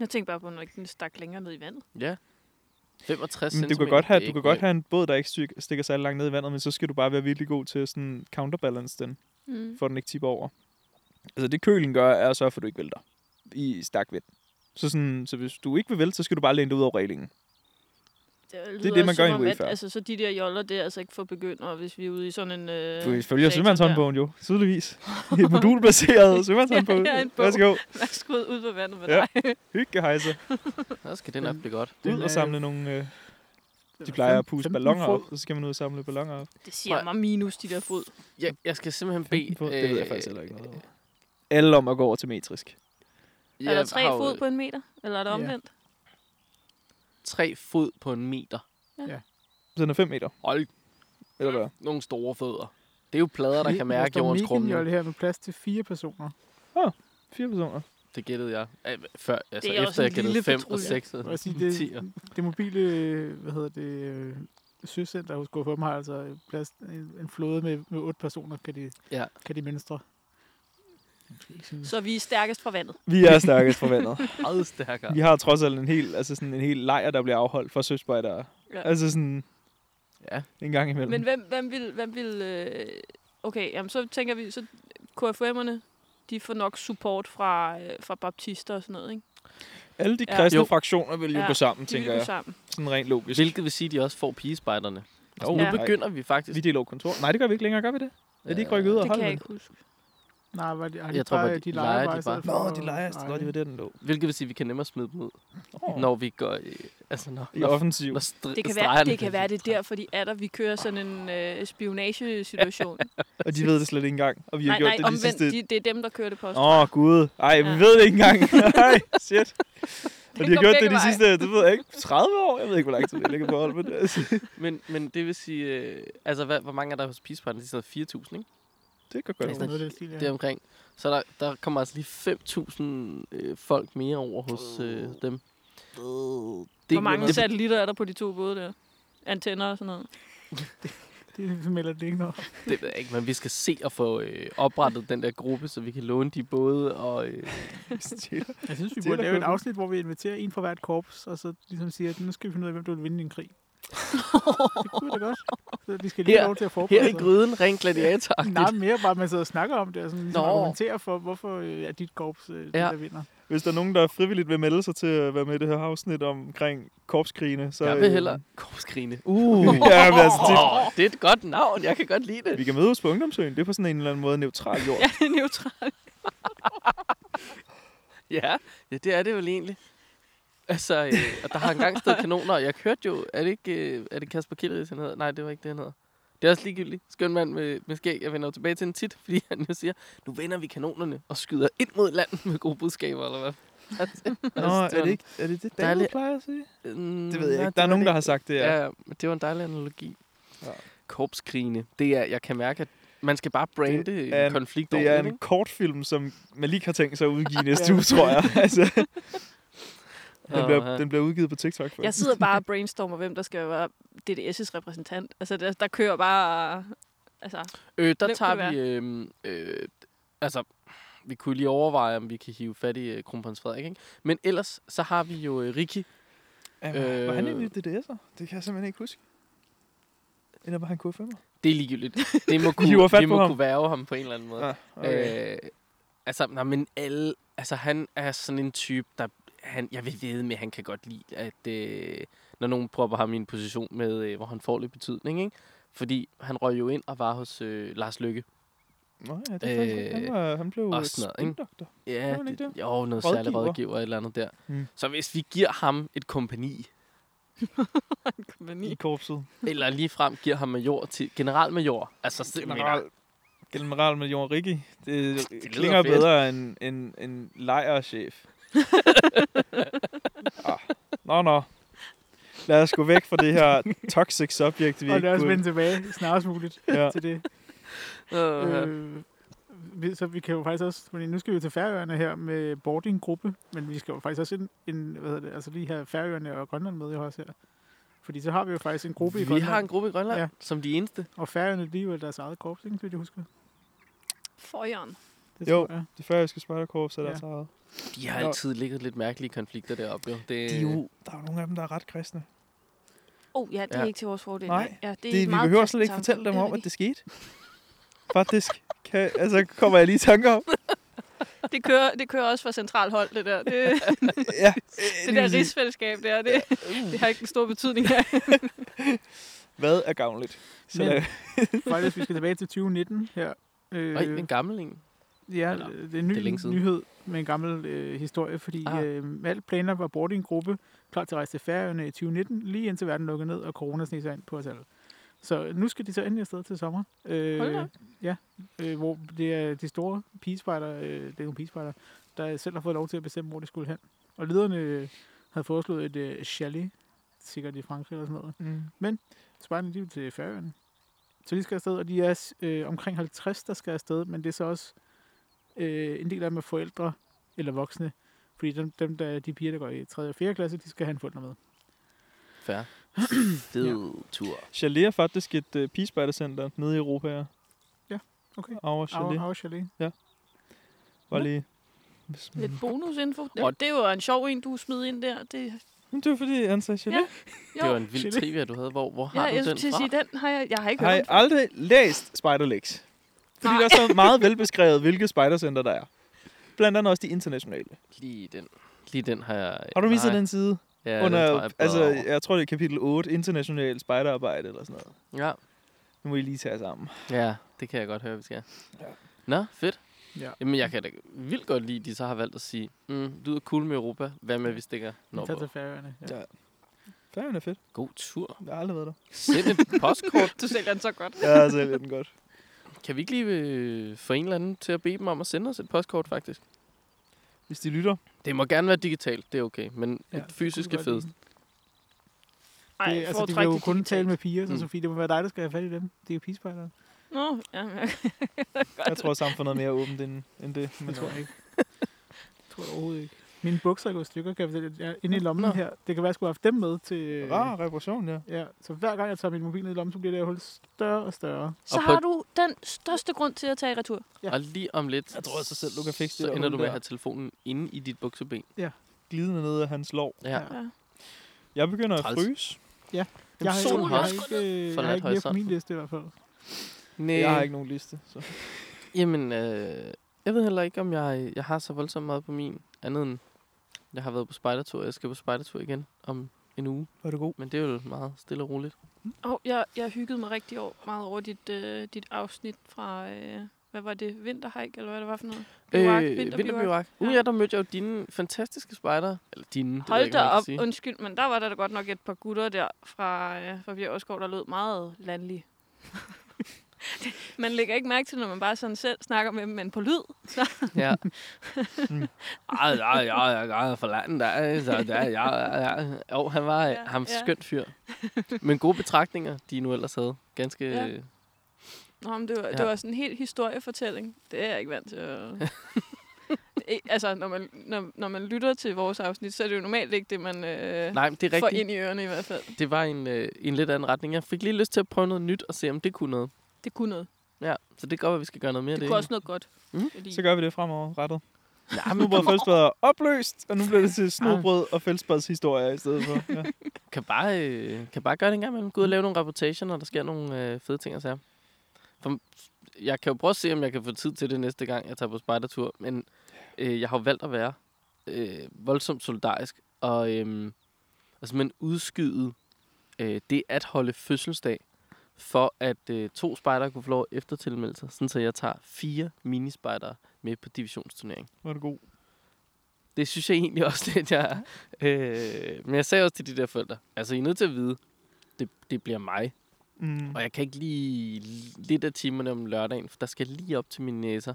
[SPEAKER 1] Jeg tænkte bare på, når den stak længere ned i vandet.
[SPEAKER 3] Ja.
[SPEAKER 1] Altså
[SPEAKER 3] 65
[SPEAKER 2] Men du kan
[SPEAKER 3] centimeter,
[SPEAKER 2] godt have,
[SPEAKER 3] det er
[SPEAKER 2] du kan
[SPEAKER 3] ikke
[SPEAKER 2] godt have en båd, der ikke styk- stikker særlig langt ned i vandet, men så skal du bare være virkelig god til at sådan counterbalance den.
[SPEAKER 1] Mm.
[SPEAKER 2] for at den ikke tipper over. Altså det kølen gør, er at sørge for, at du ikke vælter i stærk vind. Så, sådan, så hvis du ikke vil vælte, så skal du bare læne dig ud over reglingen.
[SPEAKER 1] Øh, Det,
[SPEAKER 2] det, man gør i en
[SPEAKER 1] en
[SPEAKER 2] wayfair.
[SPEAKER 1] Altså, så de der joller, det er altså ikke for begyndere, hvis vi er ude i sådan en... Øh,
[SPEAKER 2] Du følger
[SPEAKER 1] sektor
[SPEAKER 2] sømandshåndbogen jo, tydeligvis. Et modulbaseret sømandshåndbog.
[SPEAKER 1] Ja, ja, en bog.
[SPEAKER 2] Værsgo,
[SPEAKER 1] der. Værsgo ud på vandet med
[SPEAKER 2] Ja.
[SPEAKER 1] ja. dig.
[SPEAKER 2] hygge hejse.
[SPEAKER 3] Så skal den nok blive godt.
[SPEAKER 2] Ud og samle nogle... Øh, de plejer at puste ballonger op, så skal man ud og samle ballonger op.
[SPEAKER 1] Det siger mig minus de der fod.
[SPEAKER 3] Jeg, jeg skal simpelthen bede... øh,
[SPEAKER 2] Det ved
[SPEAKER 1] øh,
[SPEAKER 2] jeg faktisk heller ikke noget om. Alle om at gå over til metrisk.
[SPEAKER 1] Er der tre fod på en meter? Eller er det
[SPEAKER 4] Ja.
[SPEAKER 1] omvendt?
[SPEAKER 3] Tre fod på en meter.
[SPEAKER 2] Så den er 5 meter,
[SPEAKER 3] Hold
[SPEAKER 2] eller hvad?
[SPEAKER 3] nogle store fødder. Det er jo plader, der kan mærke jordens krumme.
[SPEAKER 4] Der står
[SPEAKER 3] nu.
[SPEAKER 4] her med plads til fire personer.
[SPEAKER 2] Fire personer.
[SPEAKER 3] Det gættede jeg. Æh, Før, altså
[SPEAKER 1] også
[SPEAKER 3] efter
[SPEAKER 1] en
[SPEAKER 3] jeg gættede
[SPEAKER 1] lille
[SPEAKER 3] 5 og
[SPEAKER 1] patrulje.
[SPEAKER 3] 6
[SPEAKER 4] Jeg vil
[SPEAKER 3] og
[SPEAKER 4] sige, det,
[SPEAKER 3] 10.
[SPEAKER 4] det mobile, øh, hvad hedder det, øh, søcenter hos GoFum har altså øh, plads, en, en flåde med, med otte personer, kan de,
[SPEAKER 3] Ja.
[SPEAKER 4] kan de mønstre. Sådan-
[SPEAKER 1] Så vi er stærkest fra vandet.
[SPEAKER 2] Vi er stærkest forventet.
[SPEAKER 3] Meget stærkere.
[SPEAKER 2] Vi har trods alt en hel, altså sådan en hel lejr, der bliver afholdt for søspejdere.
[SPEAKER 1] Ja.
[SPEAKER 2] Ja. Altså sådan
[SPEAKER 3] Ja.
[SPEAKER 2] en gang imellem.
[SPEAKER 1] Men hvem, hvem vil... Hvem vil øh, okay, jamen, så tænker vi... Så KFM'erne, de får nok support fra, øh, fra baptister og sådan noget, ikke?
[SPEAKER 2] Alle de
[SPEAKER 1] Ja.
[SPEAKER 2] kristne
[SPEAKER 3] Jo.
[SPEAKER 2] ja. fraktioner vil jo
[SPEAKER 1] Ja,
[SPEAKER 2] ja. gå sammen,
[SPEAKER 1] De vil
[SPEAKER 2] tænker
[SPEAKER 1] gå
[SPEAKER 2] jeg.
[SPEAKER 1] sammen.
[SPEAKER 2] Sådan rent logisk.
[SPEAKER 3] Hvilket vil sige, at de også får pigespejderne. Altså,
[SPEAKER 2] Jo,
[SPEAKER 3] Nu
[SPEAKER 1] Ja.
[SPEAKER 3] begynder vi
[SPEAKER 2] nej,
[SPEAKER 3] faktisk.
[SPEAKER 2] Vi deler jo kontor. Nej, det gør vi ikke længere, gør vi det? Er
[SPEAKER 3] Øh,
[SPEAKER 2] de ikke rykket ud
[SPEAKER 1] Det
[SPEAKER 2] og
[SPEAKER 1] kan
[SPEAKER 2] holde
[SPEAKER 1] jeg
[SPEAKER 2] det?
[SPEAKER 1] ikke huske.
[SPEAKER 4] Nej, var de, har de
[SPEAKER 3] Jeg
[SPEAKER 4] jeg
[SPEAKER 3] tror,
[SPEAKER 4] bare,
[SPEAKER 3] hvor
[SPEAKER 4] de, de leger, bare, de bare.
[SPEAKER 2] Nå, de leger. altså. Nå, det var der, den lå.
[SPEAKER 3] Hvilket vil sige, at vi kan nemmere smide dem ud,
[SPEAKER 2] Oh.
[SPEAKER 3] når vi går... i- Altså, når,
[SPEAKER 2] I
[SPEAKER 3] når,
[SPEAKER 2] offensiv.
[SPEAKER 3] når stri-
[SPEAKER 1] Det kan, være,
[SPEAKER 3] stregerne-
[SPEAKER 1] det kan være, det er derfor, de er der. Vi kører sådan en øh, spionagesituation.
[SPEAKER 2] Og de ved det slet ikke engang. Og vi har
[SPEAKER 1] nej,
[SPEAKER 2] gjort
[SPEAKER 1] nej,
[SPEAKER 2] det de
[SPEAKER 1] omvendt.
[SPEAKER 2] sidste...
[SPEAKER 1] De, det er dem, der kører det post.
[SPEAKER 2] Åh, oh, gud. Ej, vi
[SPEAKER 1] Ja.
[SPEAKER 2] ved det ikke engang. Nej, shit. Og de har
[SPEAKER 1] går
[SPEAKER 2] gjort det
[SPEAKER 1] begge
[SPEAKER 2] de
[SPEAKER 1] veje.
[SPEAKER 2] sidste, det ved jeg ikke, 30 år? Jeg ved ikke, hvor lang tid det ligger på hold, men altså,
[SPEAKER 3] Men, men det vil sige... Øh, altså, hvad, hvor mange er der hos pigespejderne? Det er sådan noget 4.000, ikke?
[SPEAKER 2] det kan godt
[SPEAKER 3] Det er
[SPEAKER 2] være.
[SPEAKER 4] noget, af den stil, ja.
[SPEAKER 3] Det er omkring. Så der, der kommer altså lige 5.000 øh, folk mere over hos øh, dem. Det,
[SPEAKER 1] Hvor mange
[SPEAKER 3] det,
[SPEAKER 1] satellitter er der på de to både der? Antenner og sådan noget.
[SPEAKER 4] Det det melder det ikke noget.
[SPEAKER 3] det ved jeg ikke, men vi skal se at få øh, oprettet den der gruppe, så vi kan låne de både. Og, øh,
[SPEAKER 4] Jeg synes, vi
[SPEAKER 2] Det er
[SPEAKER 4] burde
[SPEAKER 2] da
[SPEAKER 4] lave et
[SPEAKER 2] kun-
[SPEAKER 4] afsnit, hvor vi inviterer en fra hvert korps, og så ligesom siger, at nu skal vi finde ud af, hvem der vil vinde en krig. det kunne da godt. Så de skal lige
[SPEAKER 3] Her-
[SPEAKER 4] have lov til at forberede
[SPEAKER 3] her i gryden, ren gladiator
[SPEAKER 4] Nej, mere bare, at man sidder og snakker om det, og sådan, ligesom
[SPEAKER 3] Nå.
[SPEAKER 4] argumenterer for, hvorfor øh, er dit korps øh, det,
[SPEAKER 3] Ja.
[SPEAKER 4] der vinder.
[SPEAKER 2] Hvis der er nogen, der frivilligt vil melde sig til at være med i det her afsnit omkring korpskrigene, så...
[SPEAKER 3] Jeg
[SPEAKER 2] øh,
[SPEAKER 3] vil hellere korpsgrine.
[SPEAKER 2] Uh, ja, men altså, det,
[SPEAKER 3] Oh, det er et godt navn, jeg kan godt lide det.
[SPEAKER 2] vi kan mødes på Ungdomsøen. Det er på sådan en eller anden måde neutral jord.
[SPEAKER 1] Ja, neutral.
[SPEAKER 3] Ja, ja det er det vel egentlig. Altså, øh, og der har engang stået kanoner, og jeg hørte jo, er det ikke øh, er det Kasper Kilderis, han hedder? Nej, det var ikke det, han hedder. Det er også ligegyldigt. Skøn mand med, med skæg. Jeg vender jo tilbage til den tit, fordi han jo siger, nu vender vi kanonerne og skyder ind mod landet med gode budskaber, eller hvad? Altså,
[SPEAKER 2] Nå, er det, ikke, er det det, David
[SPEAKER 3] lidt-
[SPEAKER 2] plejer at sige?
[SPEAKER 3] Mm,
[SPEAKER 2] Det ved jeg ikke.
[SPEAKER 3] nej, det
[SPEAKER 2] Der er
[SPEAKER 3] var
[SPEAKER 2] nogen,
[SPEAKER 3] det
[SPEAKER 2] der har sagt det, ja.
[SPEAKER 3] Ja, ja, men det var en dejlig analogi.
[SPEAKER 2] Ja.
[SPEAKER 3] Ja. Korpskrigene. Det er, jeg kan mærke, at man skal bare brande det
[SPEAKER 2] er
[SPEAKER 3] er,
[SPEAKER 2] en-
[SPEAKER 3] konflikt
[SPEAKER 2] Det
[SPEAKER 3] over
[SPEAKER 2] er
[SPEAKER 3] det,
[SPEAKER 2] en
[SPEAKER 3] ikke?
[SPEAKER 2] kortfilm, som Malik har tænkt sig at udgive næste uge, tror jeg. Altså, den, bliver,
[SPEAKER 3] Åh,
[SPEAKER 2] den bliver udgivet på TikTok. For.
[SPEAKER 1] Jeg sidder bare og brainstormer, hvem der skal være DDS's repræsentant. Altså, der, der kører bare... Altså,
[SPEAKER 3] Øh, der
[SPEAKER 1] Hvem
[SPEAKER 3] tager
[SPEAKER 1] kunne
[SPEAKER 3] vi... Øh, øh, altså, vi kunne lige overveje, om vi kan hive fat i øh, kronprins Frederik, ikke? Men ellers, så har vi jo øh, Rikki.
[SPEAKER 2] Jamen, Var han
[SPEAKER 3] Øh.
[SPEAKER 2] egentlig DDS'er? Det kan jeg simpelthen ikke huske. Eller var han K5'er?
[SPEAKER 3] Det er ligegyldigt. Det
[SPEAKER 2] hiver
[SPEAKER 3] må kunne,
[SPEAKER 2] fat
[SPEAKER 3] vi
[SPEAKER 2] på
[SPEAKER 3] må
[SPEAKER 2] ham.
[SPEAKER 3] kunne værve ham på en eller anden måde.
[SPEAKER 2] Ah, okay.
[SPEAKER 3] Øh, altså, nej, men alle... Altså, han er sådan en type, der... Han, jeg vil vide med, han kan godt lide, at øh, når nogen propper ham i en position, med, øh, hvor han får lidt betydning, ikke? Fordi han røg jo ind og var hos øh, Lars Lykke.
[SPEAKER 2] Nå, ja, det er faktisk, ikke- han,
[SPEAKER 3] øh,
[SPEAKER 2] var, han blev
[SPEAKER 3] og sådan noget, ikke?
[SPEAKER 2] spindoktor.
[SPEAKER 3] Ja,
[SPEAKER 2] han ikke
[SPEAKER 3] det, jo, noget
[SPEAKER 2] Rådgiver.
[SPEAKER 3] særligt rådgiver eller et eller andet der.
[SPEAKER 2] Mm.
[SPEAKER 3] Mm. Så hvis vi giver ham et kompani,
[SPEAKER 2] i
[SPEAKER 1] kompagni.
[SPEAKER 2] korpset.
[SPEAKER 3] eller ligefrem giver ham major til generalmajor, altså simpelthen,
[SPEAKER 2] General, general major Rikki. Det, det
[SPEAKER 3] lyder
[SPEAKER 2] klinger
[SPEAKER 3] fedt.
[SPEAKER 2] bedre end en, en lejerchef. ah. Nå, nå. Lad os gå væk fra det her toxic subject, vi
[SPEAKER 4] Og lad
[SPEAKER 2] ikke
[SPEAKER 4] os
[SPEAKER 2] burde.
[SPEAKER 4] vende tilbage snarest muligt
[SPEAKER 2] Ja.
[SPEAKER 4] ja. til det.
[SPEAKER 3] øh,
[SPEAKER 4] Øh, vi- så vi kan jo faktisk også, fordi nu skal vi jo til Færøerne her med boardinggruppe, men vi skal jo faktisk også en, en hvad hedder det, altså lige have Færøerne og Grønland med jo også her. Fordi så har vi jo faktisk en gruppe i
[SPEAKER 3] vi
[SPEAKER 4] Grønland,
[SPEAKER 3] har en gruppe i Grønland,
[SPEAKER 4] Ja.
[SPEAKER 3] ja. som de eneste.
[SPEAKER 4] og Færøerne bliver jo deres eget korps, ikke, vil jeg huske.
[SPEAKER 1] Forjørn.
[SPEAKER 4] Det
[SPEAKER 2] Jo.
[SPEAKER 4] tror jeg.
[SPEAKER 2] Det færøske spejderkorps er
[SPEAKER 4] Ja.
[SPEAKER 2] deres eget.
[SPEAKER 3] De har
[SPEAKER 4] Nå.
[SPEAKER 3] altid ligget lidt mærkelige konflikter deroppe. Jo. Det,
[SPEAKER 2] De er jo, der er jo nogle af dem, der er ret kristne.
[SPEAKER 1] Åh, oh, ja, det er
[SPEAKER 3] Ja.
[SPEAKER 1] ikke til vores fordel.
[SPEAKER 2] Nej,
[SPEAKER 1] ja, det er
[SPEAKER 2] Det, vi
[SPEAKER 1] meget
[SPEAKER 2] behøver slet ikke
[SPEAKER 1] kristen
[SPEAKER 2] fortælle dem
[SPEAKER 1] samfund.
[SPEAKER 2] om, at det skete. Faktisk. Kan, altså, kommer jeg lige i tanker om.
[SPEAKER 1] Det kører, det kører også fra centralt hold, det der. Det,
[SPEAKER 2] Ja.
[SPEAKER 1] det der rigsfællesskab der, det, det har ikke den store betydning her.
[SPEAKER 2] Hvad er gavnligt? Så,
[SPEAKER 4] Men-
[SPEAKER 2] Men.
[SPEAKER 4] Faktisk, vi skal tilbage til 2019 her. Øh,
[SPEAKER 3] Øj, en gammel en.
[SPEAKER 4] Ja,
[SPEAKER 3] Eller,
[SPEAKER 4] det er en ny
[SPEAKER 3] det er længe
[SPEAKER 4] det
[SPEAKER 3] siden.
[SPEAKER 4] nyhed med en gammel øh, historie, fordi
[SPEAKER 3] Ah.
[SPEAKER 4] øh, alt planer var borte i en gruppe, klar til at rejse til Færøerne i 2019, lige indtil verden lukkede ned, og corona sneg sig ind på os alle. Så nu skal de så endelig afsted til sommer.
[SPEAKER 1] Hold da
[SPEAKER 4] Øh,
[SPEAKER 1] op.
[SPEAKER 4] ja, øh, hvor det er de store pigespejder, øh, det er nogle pigespejder, der selv har fået lov til at bestemme, hvor de skulle hen. Og lederne øh, havde foreslået et øh, chalet, sikkert i Frankrig eller sådan noget,
[SPEAKER 2] Mm.
[SPEAKER 4] Spanien, de vil til Færøerne. Så de skal afsted, og de er øh, omkring 50, der skal afsted, men det er så også øh, en del af dem er forældre eller voksne. Fordi dem, dem der, de piger, der går i 3. og 4. klasse, de skal have en forælder med.
[SPEAKER 3] Færre. Fed tur.
[SPEAKER 2] Chalet er faktisk et uh, pigespejdercenter nede i Europa. Ja,
[SPEAKER 4] Ja, okay.
[SPEAKER 2] Aura Chalet.
[SPEAKER 4] Au, au, chalet.
[SPEAKER 2] Var lige... Hvis man-
[SPEAKER 1] Lidt bonusinfo.
[SPEAKER 3] Ja.
[SPEAKER 1] Og det var en sjov en, du smed ind der. Mhm. Det,
[SPEAKER 2] Men det var fordi, han sagde chalet.
[SPEAKER 1] Ja. jo,
[SPEAKER 3] Det var en vild
[SPEAKER 4] Chili.
[SPEAKER 3] trivia, du havde. Hvor, hvor
[SPEAKER 1] ja,
[SPEAKER 3] har
[SPEAKER 1] jeg
[SPEAKER 3] du den
[SPEAKER 1] skulle til at sige,
[SPEAKER 3] fra?
[SPEAKER 1] den har jeg, jeg har ikke
[SPEAKER 2] Har I
[SPEAKER 1] hørt om.
[SPEAKER 2] aldrig læst Spiderlegs? Fordi
[SPEAKER 1] Nej.
[SPEAKER 2] der er så meget velbeskrevet, hvilke spidercenter der er. Blandt andet også de internationale.
[SPEAKER 3] Lige den. Lige den har jeg...
[SPEAKER 2] Har du misset
[SPEAKER 3] Nej.
[SPEAKER 2] den side?
[SPEAKER 3] Ja,
[SPEAKER 2] Under,
[SPEAKER 3] den tror jeg, jeg
[SPEAKER 2] altså,
[SPEAKER 3] bladrer over.
[SPEAKER 2] jeg tror, det er kapitel 8, internationalt spejderarbejde eller sådan noget.
[SPEAKER 3] Ja.
[SPEAKER 2] Nu må I lige tage jer sammen.
[SPEAKER 3] ja, det kan jeg godt høre, vi skal.
[SPEAKER 2] Ja.
[SPEAKER 3] Nå, fedt.
[SPEAKER 4] Ja.
[SPEAKER 3] Jamen, jeg kan da vildt godt lide, at de så har valgt at sige, mm, lyder cool med Europa. Hvad med, vi stikker
[SPEAKER 4] De tager til
[SPEAKER 3] nordpå?
[SPEAKER 4] Færøerne. Ja.
[SPEAKER 2] Ja. Færøen er fedt.
[SPEAKER 3] God tur.
[SPEAKER 2] Jeg har aldrig været der.
[SPEAKER 3] Send et postkort.
[SPEAKER 1] Du sælger den så godt.
[SPEAKER 2] Jeg har selv den godt.
[SPEAKER 3] Kan vi ikke lige øh, få en eller anden til at bede dem om at sende os et postkort, faktisk?
[SPEAKER 2] Hvis de lytter.
[SPEAKER 3] Det må gerne være digitalt, det er okay. Men
[SPEAKER 4] Ja,
[SPEAKER 3] ja,
[SPEAKER 4] det
[SPEAKER 3] et fysisk
[SPEAKER 4] kunne
[SPEAKER 3] er
[SPEAKER 4] vi godt
[SPEAKER 3] fedt.
[SPEAKER 1] Ej,
[SPEAKER 4] Det,
[SPEAKER 1] det,
[SPEAKER 4] altså, de vil jo kun tale med piger, så
[SPEAKER 3] Mm.
[SPEAKER 4] Sofie, det må være dig, der skal have fat i dem. Det er jo pigespejder.
[SPEAKER 1] Nå, ja, ja.
[SPEAKER 2] Jeg tror, samfundet er mere åbent end, end det.
[SPEAKER 4] Jeg
[SPEAKER 2] Men øh,
[SPEAKER 4] tror jeg ikke. Jeg tror jeg overhovedet ikke. Mine bukser er gået i stykker, kan jeg fortælle. jer. Jeg er inde i lommen
[SPEAKER 2] Nå.
[SPEAKER 4] her. Det kan være, at jeg skulle have haft dem med til... øh,
[SPEAKER 2] Rar reparation, ja.
[SPEAKER 4] Ja, så hver gang jeg tager min mobil ned i lommen, så bliver det her hul større og større.
[SPEAKER 1] Så
[SPEAKER 3] Og på-
[SPEAKER 1] har du den største grund til at tage i retur.
[SPEAKER 4] Ja.
[SPEAKER 3] Og lige om lidt,
[SPEAKER 2] Jeg tror altså selv, du kan fikse det
[SPEAKER 3] så
[SPEAKER 2] der
[SPEAKER 3] ender
[SPEAKER 2] hul
[SPEAKER 3] du med
[SPEAKER 2] der.
[SPEAKER 3] at have telefonen inde i dit bukseben.
[SPEAKER 2] Glidende ned af hans lov.
[SPEAKER 3] Ja.
[SPEAKER 4] Ja.
[SPEAKER 3] ja.
[SPEAKER 2] Jeg begynder at
[SPEAKER 3] Træls.
[SPEAKER 2] fryse.
[SPEAKER 4] Jeg har, ikke,
[SPEAKER 3] solen
[SPEAKER 4] jeg
[SPEAKER 3] har
[SPEAKER 4] har
[SPEAKER 3] også
[SPEAKER 4] ikke, øh, jeg har
[SPEAKER 3] forladt
[SPEAKER 4] ikke mere på min
[SPEAKER 3] horisonten.
[SPEAKER 4] liste i hvert fald.
[SPEAKER 3] Nej.
[SPEAKER 2] Jeg har ikke nogen liste. Så.
[SPEAKER 3] Jamen, øh, jeg ved heller ikke, om jeg, jeg har så voldsomt meget på min. Andet end, jeg har været på spejdertur. Jeg skal på spejdertur igen om en uge.
[SPEAKER 2] Var det god?
[SPEAKER 3] Men det er jo meget stille og roligt.
[SPEAKER 1] Og jeg, jeg hyggede mig rigtig over, meget over dit, øh, dit afsnit fra, øh, hvad var det, vinterhike, eller hvad det var for noget? Biwak, vinterbiwak.
[SPEAKER 3] vinterbiwak. Uh,
[SPEAKER 1] Ja.
[SPEAKER 3] ja, der mødte jeg jo dine fantastiske spejder. Eller dine, det ved jeg
[SPEAKER 1] Hold
[SPEAKER 3] ikke,
[SPEAKER 1] da
[SPEAKER 3] om man kan
[SPEAKER 1] op,
[SPEAKER 3] sige.
[SPEAKER 1] undskyld, men der var der da godt nok et par gutter der fra, øh, fra Bjerg Skov, der lød meget landlige. man lægger ikke mærke til, når man bare sådan selv snakker med dem, men på lyd.
[SPEAKER 3] Ja. Ej, ej, ej, jeg er fra landet der, ikke? så der, ja, ja, ja. Jo, han var
[SPEAKER 1] Ja,
[SPEAKER 3] ja, ham
[SPEAKER 1] ja.
[SPEAKER 3] skønt fyr. Men gode betragtninger, de nu ellers havde. Ganske...
[SPEAKER 1] Ja.
[SPEAKER 3] Ja.
[SPEAKER 1] Nå, men det, var, ja.
[SPEAKER 3] Ja.
[SPEAKER 1] det var sådan en helt historiefortælling. Det er jeg ikke vant til. At... E- altså, når man, når, når man lytter til vores afsnit, så er det jo normalt ikke det, man øh,
[SPEAKER 3] Nej, men det er
[SPEAKER 1] får
[SPEAKER 3] rigtigt.
[SPEAKER 1] ind i ørerne i hvert fald.
[SPEAKER 3] Det var en, øh, en lidt anden retning. Jeg fik lige lyst til at prøve noget nyt og se, om det kunne noget.
[SPEAKER 1] Det kunne noget.
[SPEAKER 3] Ja, så det gør, at vi skal gøre noget mere. af
[SPEAKER 1] Det, det
[SPEAKER 3] ikke?
[SPEAKER 1] kunne også noget godt.
[SPEAKER 3] Mm.
[SPEAKER 1] Fordi...
[SPEAKER 2] Så gør vi det fremover rettet.
[SPEAKER 3] Nej,
[SPEAKER 2] Nu
[SPEAKER 3] men
[SPEAKER 2] var
[SPEAKER 3] du
[SPEAKER 2] fællesbader opløst, og nu bliver det til snobrød og fællesbadshistorier i stedet for. Ja.
[SPEAKER 3] kan bare, øh, kan bare gøre det en gang imellem. Gå ud og lave nogle rapportager, når der sker nogle øh, fede ting og sager. For, jeg kan jo prøve at se, om jeg kan få tid til det næste gang, jeg tager på spejdertur. Men øh, jeg har jo valgt at være øh, voldsomt solidarisk. Og, øh, og simpelthen udskyde øh, det at holde fødselsdag for at øh, to spejdere kunne få lov at eftertilmelde sig, sådan så jeg tager fire minispejdere med på divisionsturnering.
[SPEAKER 2] Var det god?
[SPEAKER 3] Det synes jeg egentlig også lidt, jeg... Øh, men jeg sagde også til de der forældre, altså I er nødt til at vide, det, det bliver mig.
[SPEAKER 2] Mm.
[SPEAKER 3] Og jeg kan ikke lige lidt af timerne om lørdagen, for der skal jeg lige op til mine næser.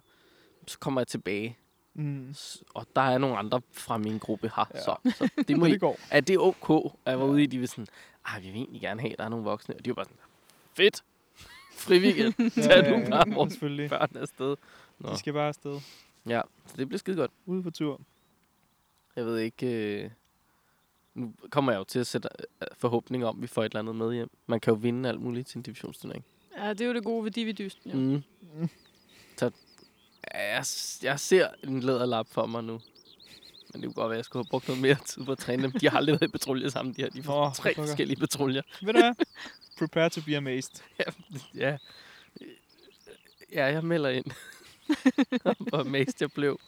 [SPEAKER 3] Så kommer jeg tilbage,
[SPEAKER 2] Mm.
[SPEAKER 3] S- og der er nogle andre fra min gruppe her.
[SPEAKER 2] Ja.
[SPEAKER 3] Ja. Så, så det må
[SPEAKER 2] Men
[SPEAKER 3] I,
[SPEAKER 2] det går.
[SPEAKER 3] er det ok? Og jeg var ude i, de var sådan, ah, vi vil egentlig gerne have, at der er nogle voksne. Og de var bare sådan, fedt, frivilligt, tag
[SPEAKER 2] Ja, ja,
[SPEAKER 3] nogle af vores
[SPEAKER 2] Selvfølgelig.
[SPEAKER 3] børn afsted. Nå.
[SPEAKER 2] De skal bare afsted.
[SPEAKER 3] Ja, så det bliver skide godt.
[SPEAKER 2] Ude på tur.
[SPEAKER 3] Jeg ved ikke... Øh, nu kommer jeg jo til at sætte øh, forhåbninger om, at vi får et eller andet med hjem. Man kan jo vinde alt muligt til en divisionsturnering.
[SPEAKER 1] Ja, det er jo det gode ved Dividysten.
[SPEAKER 3] Ja.
[SPEAKER 1] Jo. Mm.
[SPEAKER 3] Mm. Så ja, jeg, jeg ser en læderlap for mig nu. Men det kunne godt være, at jeg skulle have brugt noget mere tid på at træne dem. De har aldrig været i patrulje sammen, de her. De får
[SPEAKER 2] Nå,
[SPEAKER 3] oh, tre
[SPEAKER 2] for pokker.
[SPEAKER 3] forskellige patruljer.
[SPEAKER 2] Ved du hvad? Prepare to be amazed.
[SPEAKER 3] Ja. Ja, jeg melder ind. Hvor mest jeg blev.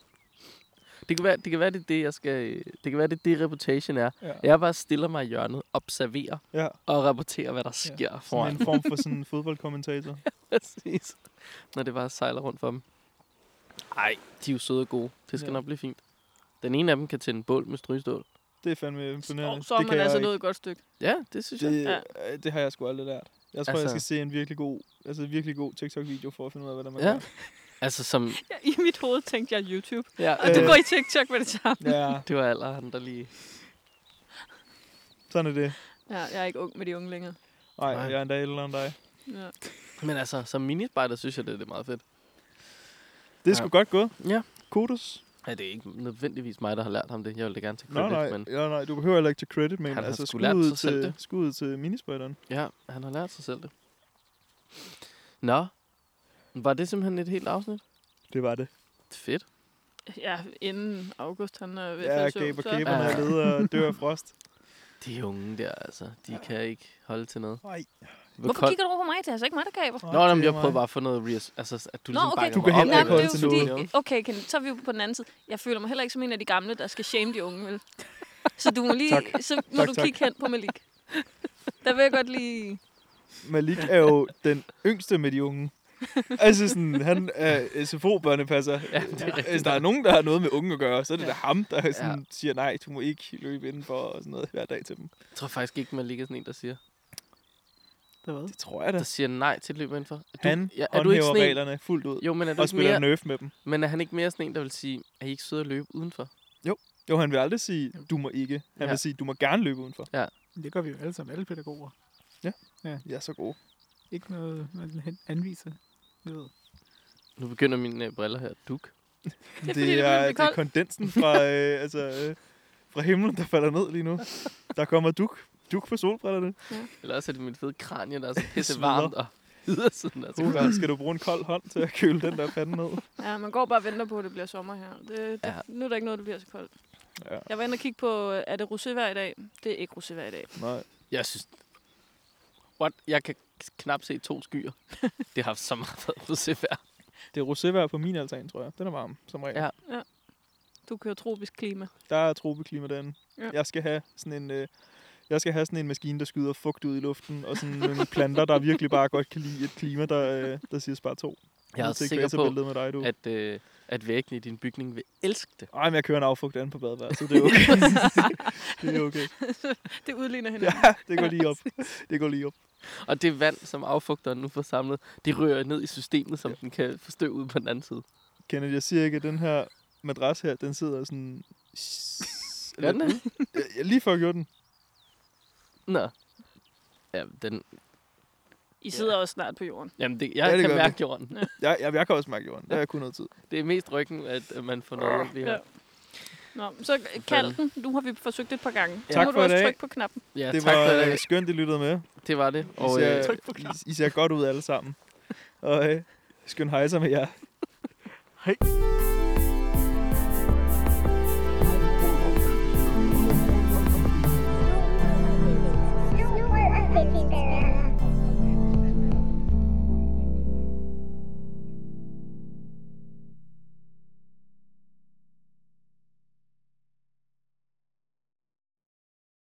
[SPEAKER 3] Det kan være, det kan være, det er det, jeg skal... Det kan være, det er det, reputation er.
[SPEAKER 2] Ja.
[SPEAKER 3] Jeg bare stiller mig i hjørnet, observerer
[SPEAKER 2] ja.
[SPEAKER 3] og rapporterer, hvad der sker ja,
[SPEAKER 2] Sådan
[SPEAKER 3] foran.
[SPEAKER 2] en form for sådan en fodboldkommentator.
[SPEAKER 3] Præcis. Når det bare sejler rundt for dem. Ej, de er jo søde og gode. Det
[SPEAKER 2] Ja.
[SPEAKER 3] skal ja. nok blive fint. Den ene af dem kan tænde bål med strygestål.
[SPEAKER 2] Det er fandme imponerende.
[SPEAKER 1] Så, så er
[SPEAKER 2] det
[SPEAKER 1] man altså
[SPEAKER 2] jeg
[SPEAKER 1] nået et godt stykke.
[SPEAKER 3] Ja, det synes jeg.
[SPEAKER 2] Det,
[SPEAKER 1] Ja.
[SPEAKER 2] øh, det har jeg sgu aldrig lært. Jeg tror, altså, jeg
[SPEAKER 3] Altså-
[SPEAKER 2] skal se en virkelig god, altså en virkelig god TikTok-video for at finde ud af, hvordan man
[SPEAKER 3] Ja.
[SPEAKER 2] gør.
[SPEAKER 3] Altså som...
[SPEAKER 1] Ja, I mit hoved tænkte jeg YouTube.
[SPEAKER 3] Ja,
[SPEAKER 1] Og du
[SPEAKER 2] Øh.
[SPEAKER 1] går i TikTok med det samme.
[SPEAKER 2] Ja,
[SPEAKER 3] det var alle andre lige...
[SPEAKER 2] sådan er det.
[SPEAKER 1] Ja, jeg er ikke ung med de unge længere.
[SPEAKER 2] Nej,
[SPEAKER 3] Nej.
[SPEAKER 2] jeg er endda ældre end dig.
[SPEAKER 1] Ja.
[SPEAKER 3] Men altså, som minispejder synes jeg, det det er meget fedt.
[SPEAKER 2] Det er sgu godt gået.
[SPEAKER 3] Ja.
[SPEAKER 2] Kodos.
[SPEAKER 3] Ja, det er ikke nødvendigvis mig, der har lært ham det. Jeg vil da gerne tage
[SPEAKER 2] Nå,
[SPEAKER 3] credit,
[SPEAKER 2] nej,
[SPEAKER 3] men...
[SPEAKER 2] ja, nej, du behøver heller ikke til credit, men
[SPEAKER 3] Han har
[SPEAKER 2] altså
[SPEAKER 3] sgu lært
[SPEAKER 2] skuddet
[SPEAKER 3] sig selv
[SPEAKER 2] til,
[SPEAKER 3] det.
[SPEAKER 2] skuddet til minispotteren.
[SPEAKER 3] Ja, han har lært sig selv det. Nå, var det simpelthen et helt afsnit?
[SPEAKER 2] Det var det.
[SPEAKER 3] Fedt.
[SPEAKER 1] ja, inden august han er ved at
[SPEAKER 2] Ja,
[SPEAKER 1] falde i søvn,
[SPEAKER 2] gaber
[SPEAKER 1] så-
[SPEAKER 2] gaberne
[SPEAKER 3] Ja.
[SPEAKER 2] er leder og dør af frost.
[SPEAKER 3] De unge der, altså, de ja. kan ikke holde til noget.
[SPEAKER 2] Nej,
[SPEAKER 3] Hvor
[SPEAKER 1] Hvorfor kigger du over på mig? Det er altså ikke mig, der gaber.
[SPEAKER 3] Nå, nej, men jeg prøver bare at få noget reas- altså, at du
[SPEAKER 1] Nå,
[SPEAKER 3] ligesom
[SPEAKER 1] okay.
[SPEAKER 3] bakker
[SPEAKER 1] Du
[SPEAKER 2] kan
[SPEAKER 3] mig op,
[SPEAKER 2] heller
[SPEAKER 1] Nej,
[SPEAKER 2] ikke
[SPEAKER 1] men det er
[SPEAKER 3] eller
[SPEAKER 1] jo
[SPEAKER 2] holde til
[SPEAKER 1] fordi,
[SPEAKER 3] noget.
[SPEAKER 1] okay, Ken, så er vi jo på den anden side. Jeg føler mig heller ikke som en af de gamle, der skal shame de unge, vel? Så du må lige,
[SPEAKER 2] Tak.
[SPEAKER 1] så må
[SPEAKER 2] Tak,
[SPEAKER 1] du
[SPEAKER 2] tak.
[SPEAKER 1] kigge hen på Malik. Der vil jeg godt lige...
[SPEAKER 2] Malik er jo den yngste med de unge. Altså sådan, han er SFO-børnepasser. Ja, Hvis Altså, der er nogen, der har noget med unge at gøre, så er det ja. da ham, der sådan ja. siger, nej, du må ikke løbe indenfor og sådan noget hver dag til dem.
[SPEAKER 3] Jeg tror faktisk ikke, man ligger sådan en, der siger,
[SPEAKER 4] Der hvad?
[SPEAKER 2] Det tror jeg da.
[SPEAKER 3] der siger nej til løb indenfor. Er du,
[SPEAKER 2] Altså, Han
[SPEAKER 3] ja,
[SPEAKER 2] ja,
[SPEAKER 3] er du ikke
[SPEAKER 2] håndhæver
[SPEAKER 3] sådan en,
[SPEAKER 2] reglerne fuldt ud.
[SPEAKER 3] jo, men er, du
[SPEAKER 2] Og
[SPEAKER 3] ikke
[SPEAKER 2] spiller
[SPEAKER 3] mere,
[SPEAKER 2] nerf med dem.
[SPEAKER 3] men er han ikke mere sådan en, der vil sige, er I ikke søde at løbe udenfor?
[SPEAKER 2] Jo, han vil aldrig sige, du må ikke. Han ja.
[SPEAKER 3] Ja.
[SPEAKER 2] vil sige, du må gerne løbe udenfor.
[SPEAKER 4] Det gør vi jo alle sammen, alle pædagoger.
[SPEAKER 2] Ja, så god.
[SPEAKER 4] Ikke noget, man hen- anviser. Du ved.
[SPEAKER 3] Nu begynder mine øh, briller her at duk.
[SPEAKER 1] Det er
[SPEAKER 2] Det,
[SPEAKER 1] fordi,
[SPEAKER 2] det,
[SPEAKER 1] det begynder
[SPEAKER 2] er,
[SPEAKER 1] at blive
[SPEAKER 2] det er
[SPEAKER 1] koldt.
[SPEAKER 2] kondensen fra, øh, altså, øh, fra himlen, der falder ned lige nu. Der kommer duk. Duk på solbrillerne.
[SPEAKER 3] Eller også er det mit fede kranje, der er så pisse
[SPEAKER 2] Sveder.
[SPEAKER 3] varmt og ydersiden. Altså.
[SPEAKER 2] Uha, skal du bruge en kold hånd til at køle den der pande ned?
[SPEAKER 1] Ja, man går bare og venter på, at det bliver sommer her. Det, det, ja.
[SPEAKER 3] Ja.
[SPEAKER 1] Nu er der ikke noget, der bliver så koldt.
[SPEAKER 2] Ja.
[SPEAKER 1] Jeg var inde og kigge på, øh, er det rosévejr i dag? Det er ikke rosévejr i dag.
[SPEAKER 2] Nej.
[SPEAKER 3] Jeg synes... What? Jeg kan knap se to skyer. det har haft så meget været på CVR.
[SPEAKER 2] Det er rosévejr på min altan, tror jeg. Den er varm, som regel. Ja.
[SPEAKER 3] Ja.
[SPEAKER 1] Du kører tropisk klima.
[SPEAKER 2] Der er tropeklima derinde. Ja.
[SPEAKER 1] Ja.
[SPEAKER 2] Jeg skal have sådan en... Øh, jeg skal have sådan en maskine, der skyder fugt ud i luften, og sådan nogle planter, der virkelig bare godt kan lide et klima, der, øh, der siger spar to.
[SPEAKER 3] Jeg er
[SPEAKER 2] til
[SPEAKER 3] sikker på,
[SPEAKER 2] med dig, du. At...
[SPEAKER 3] at, øh, at væggene i din bygning vil elske det.
[SPEAKER 2] Ej, men jeg kører en affugt anden på badeværelset, så det er okay. det er okay.
[SPEAKER 1] Det udligner hinanden.
[SPEAKER 2] Ja, det går lige op. Det går lige op.
[SPEAKER 3] Og det vand, som affugteren nu får samlet, det rører ned i systemet, som den kan forstøve ud på den anden side.
[SPEAKER 2] Kenneth, jeg siger ikke, at den her madras her, den sidder sådan...
[SPEAKER 3] Gør den det?
[SPEAKER 2] Jeg, jeg lige før jeg gjorde den.
[SPEAKER 3] Nå. Ja, den,
[SPEAKER 1] I sidder også snart på jorden.
[SPEAKER 3] jamen det,
[SPEAKER 2] Ja, det
[SPEAKER 3] jeg ja,
[SPEAKER 2] gør
[SPEAKER 3] kan
[SPEAKER 2] vi.
[SPEAKER 3] mærke jorden.
[SPEAKER 2] Jeg, jeg, jeg kan også mærke jorden. Der er jeg kun noget tid.
[SPEAKER 3] Det er mest ryggen, at at man får noget. Vi
[SPEAKER 1] Ja.
[SPEAKER 3] har.
[SPEAKER 1] Nå, så kald den. Nu har vi forsøgt et par gange. Så
[SPEAKER 2] Tak
[SPEAKER 1] må
[SPEAKER 2] for
[SPEAKER 1] du
[SPEAKER 2] i
[SPEAKER 1] også
[SPEAKER 2] dag.
[SPEAKER 1] trykke på knappen.
[SPEAKER 3] Ja,
[SPEAKER 2] det
[SPEAKER 3] tak
[SPEAKER 2] var
[SPEAKER 3] for det.
[SPEAKER 2] øh, skønt, I lyttede med.
[SPEAKER 3] Det var det.
[SPEAKER 2] Og,
[SPEAKER 3] Og,
[SPEAKER 2] I,
[SPEAKER 3] øh,
[SPEAKER 2] ser, I, I ser godt ud alle sammen. Og øh, skøn hejser med jer.
[SPEAKER 5] You were a fishing bear.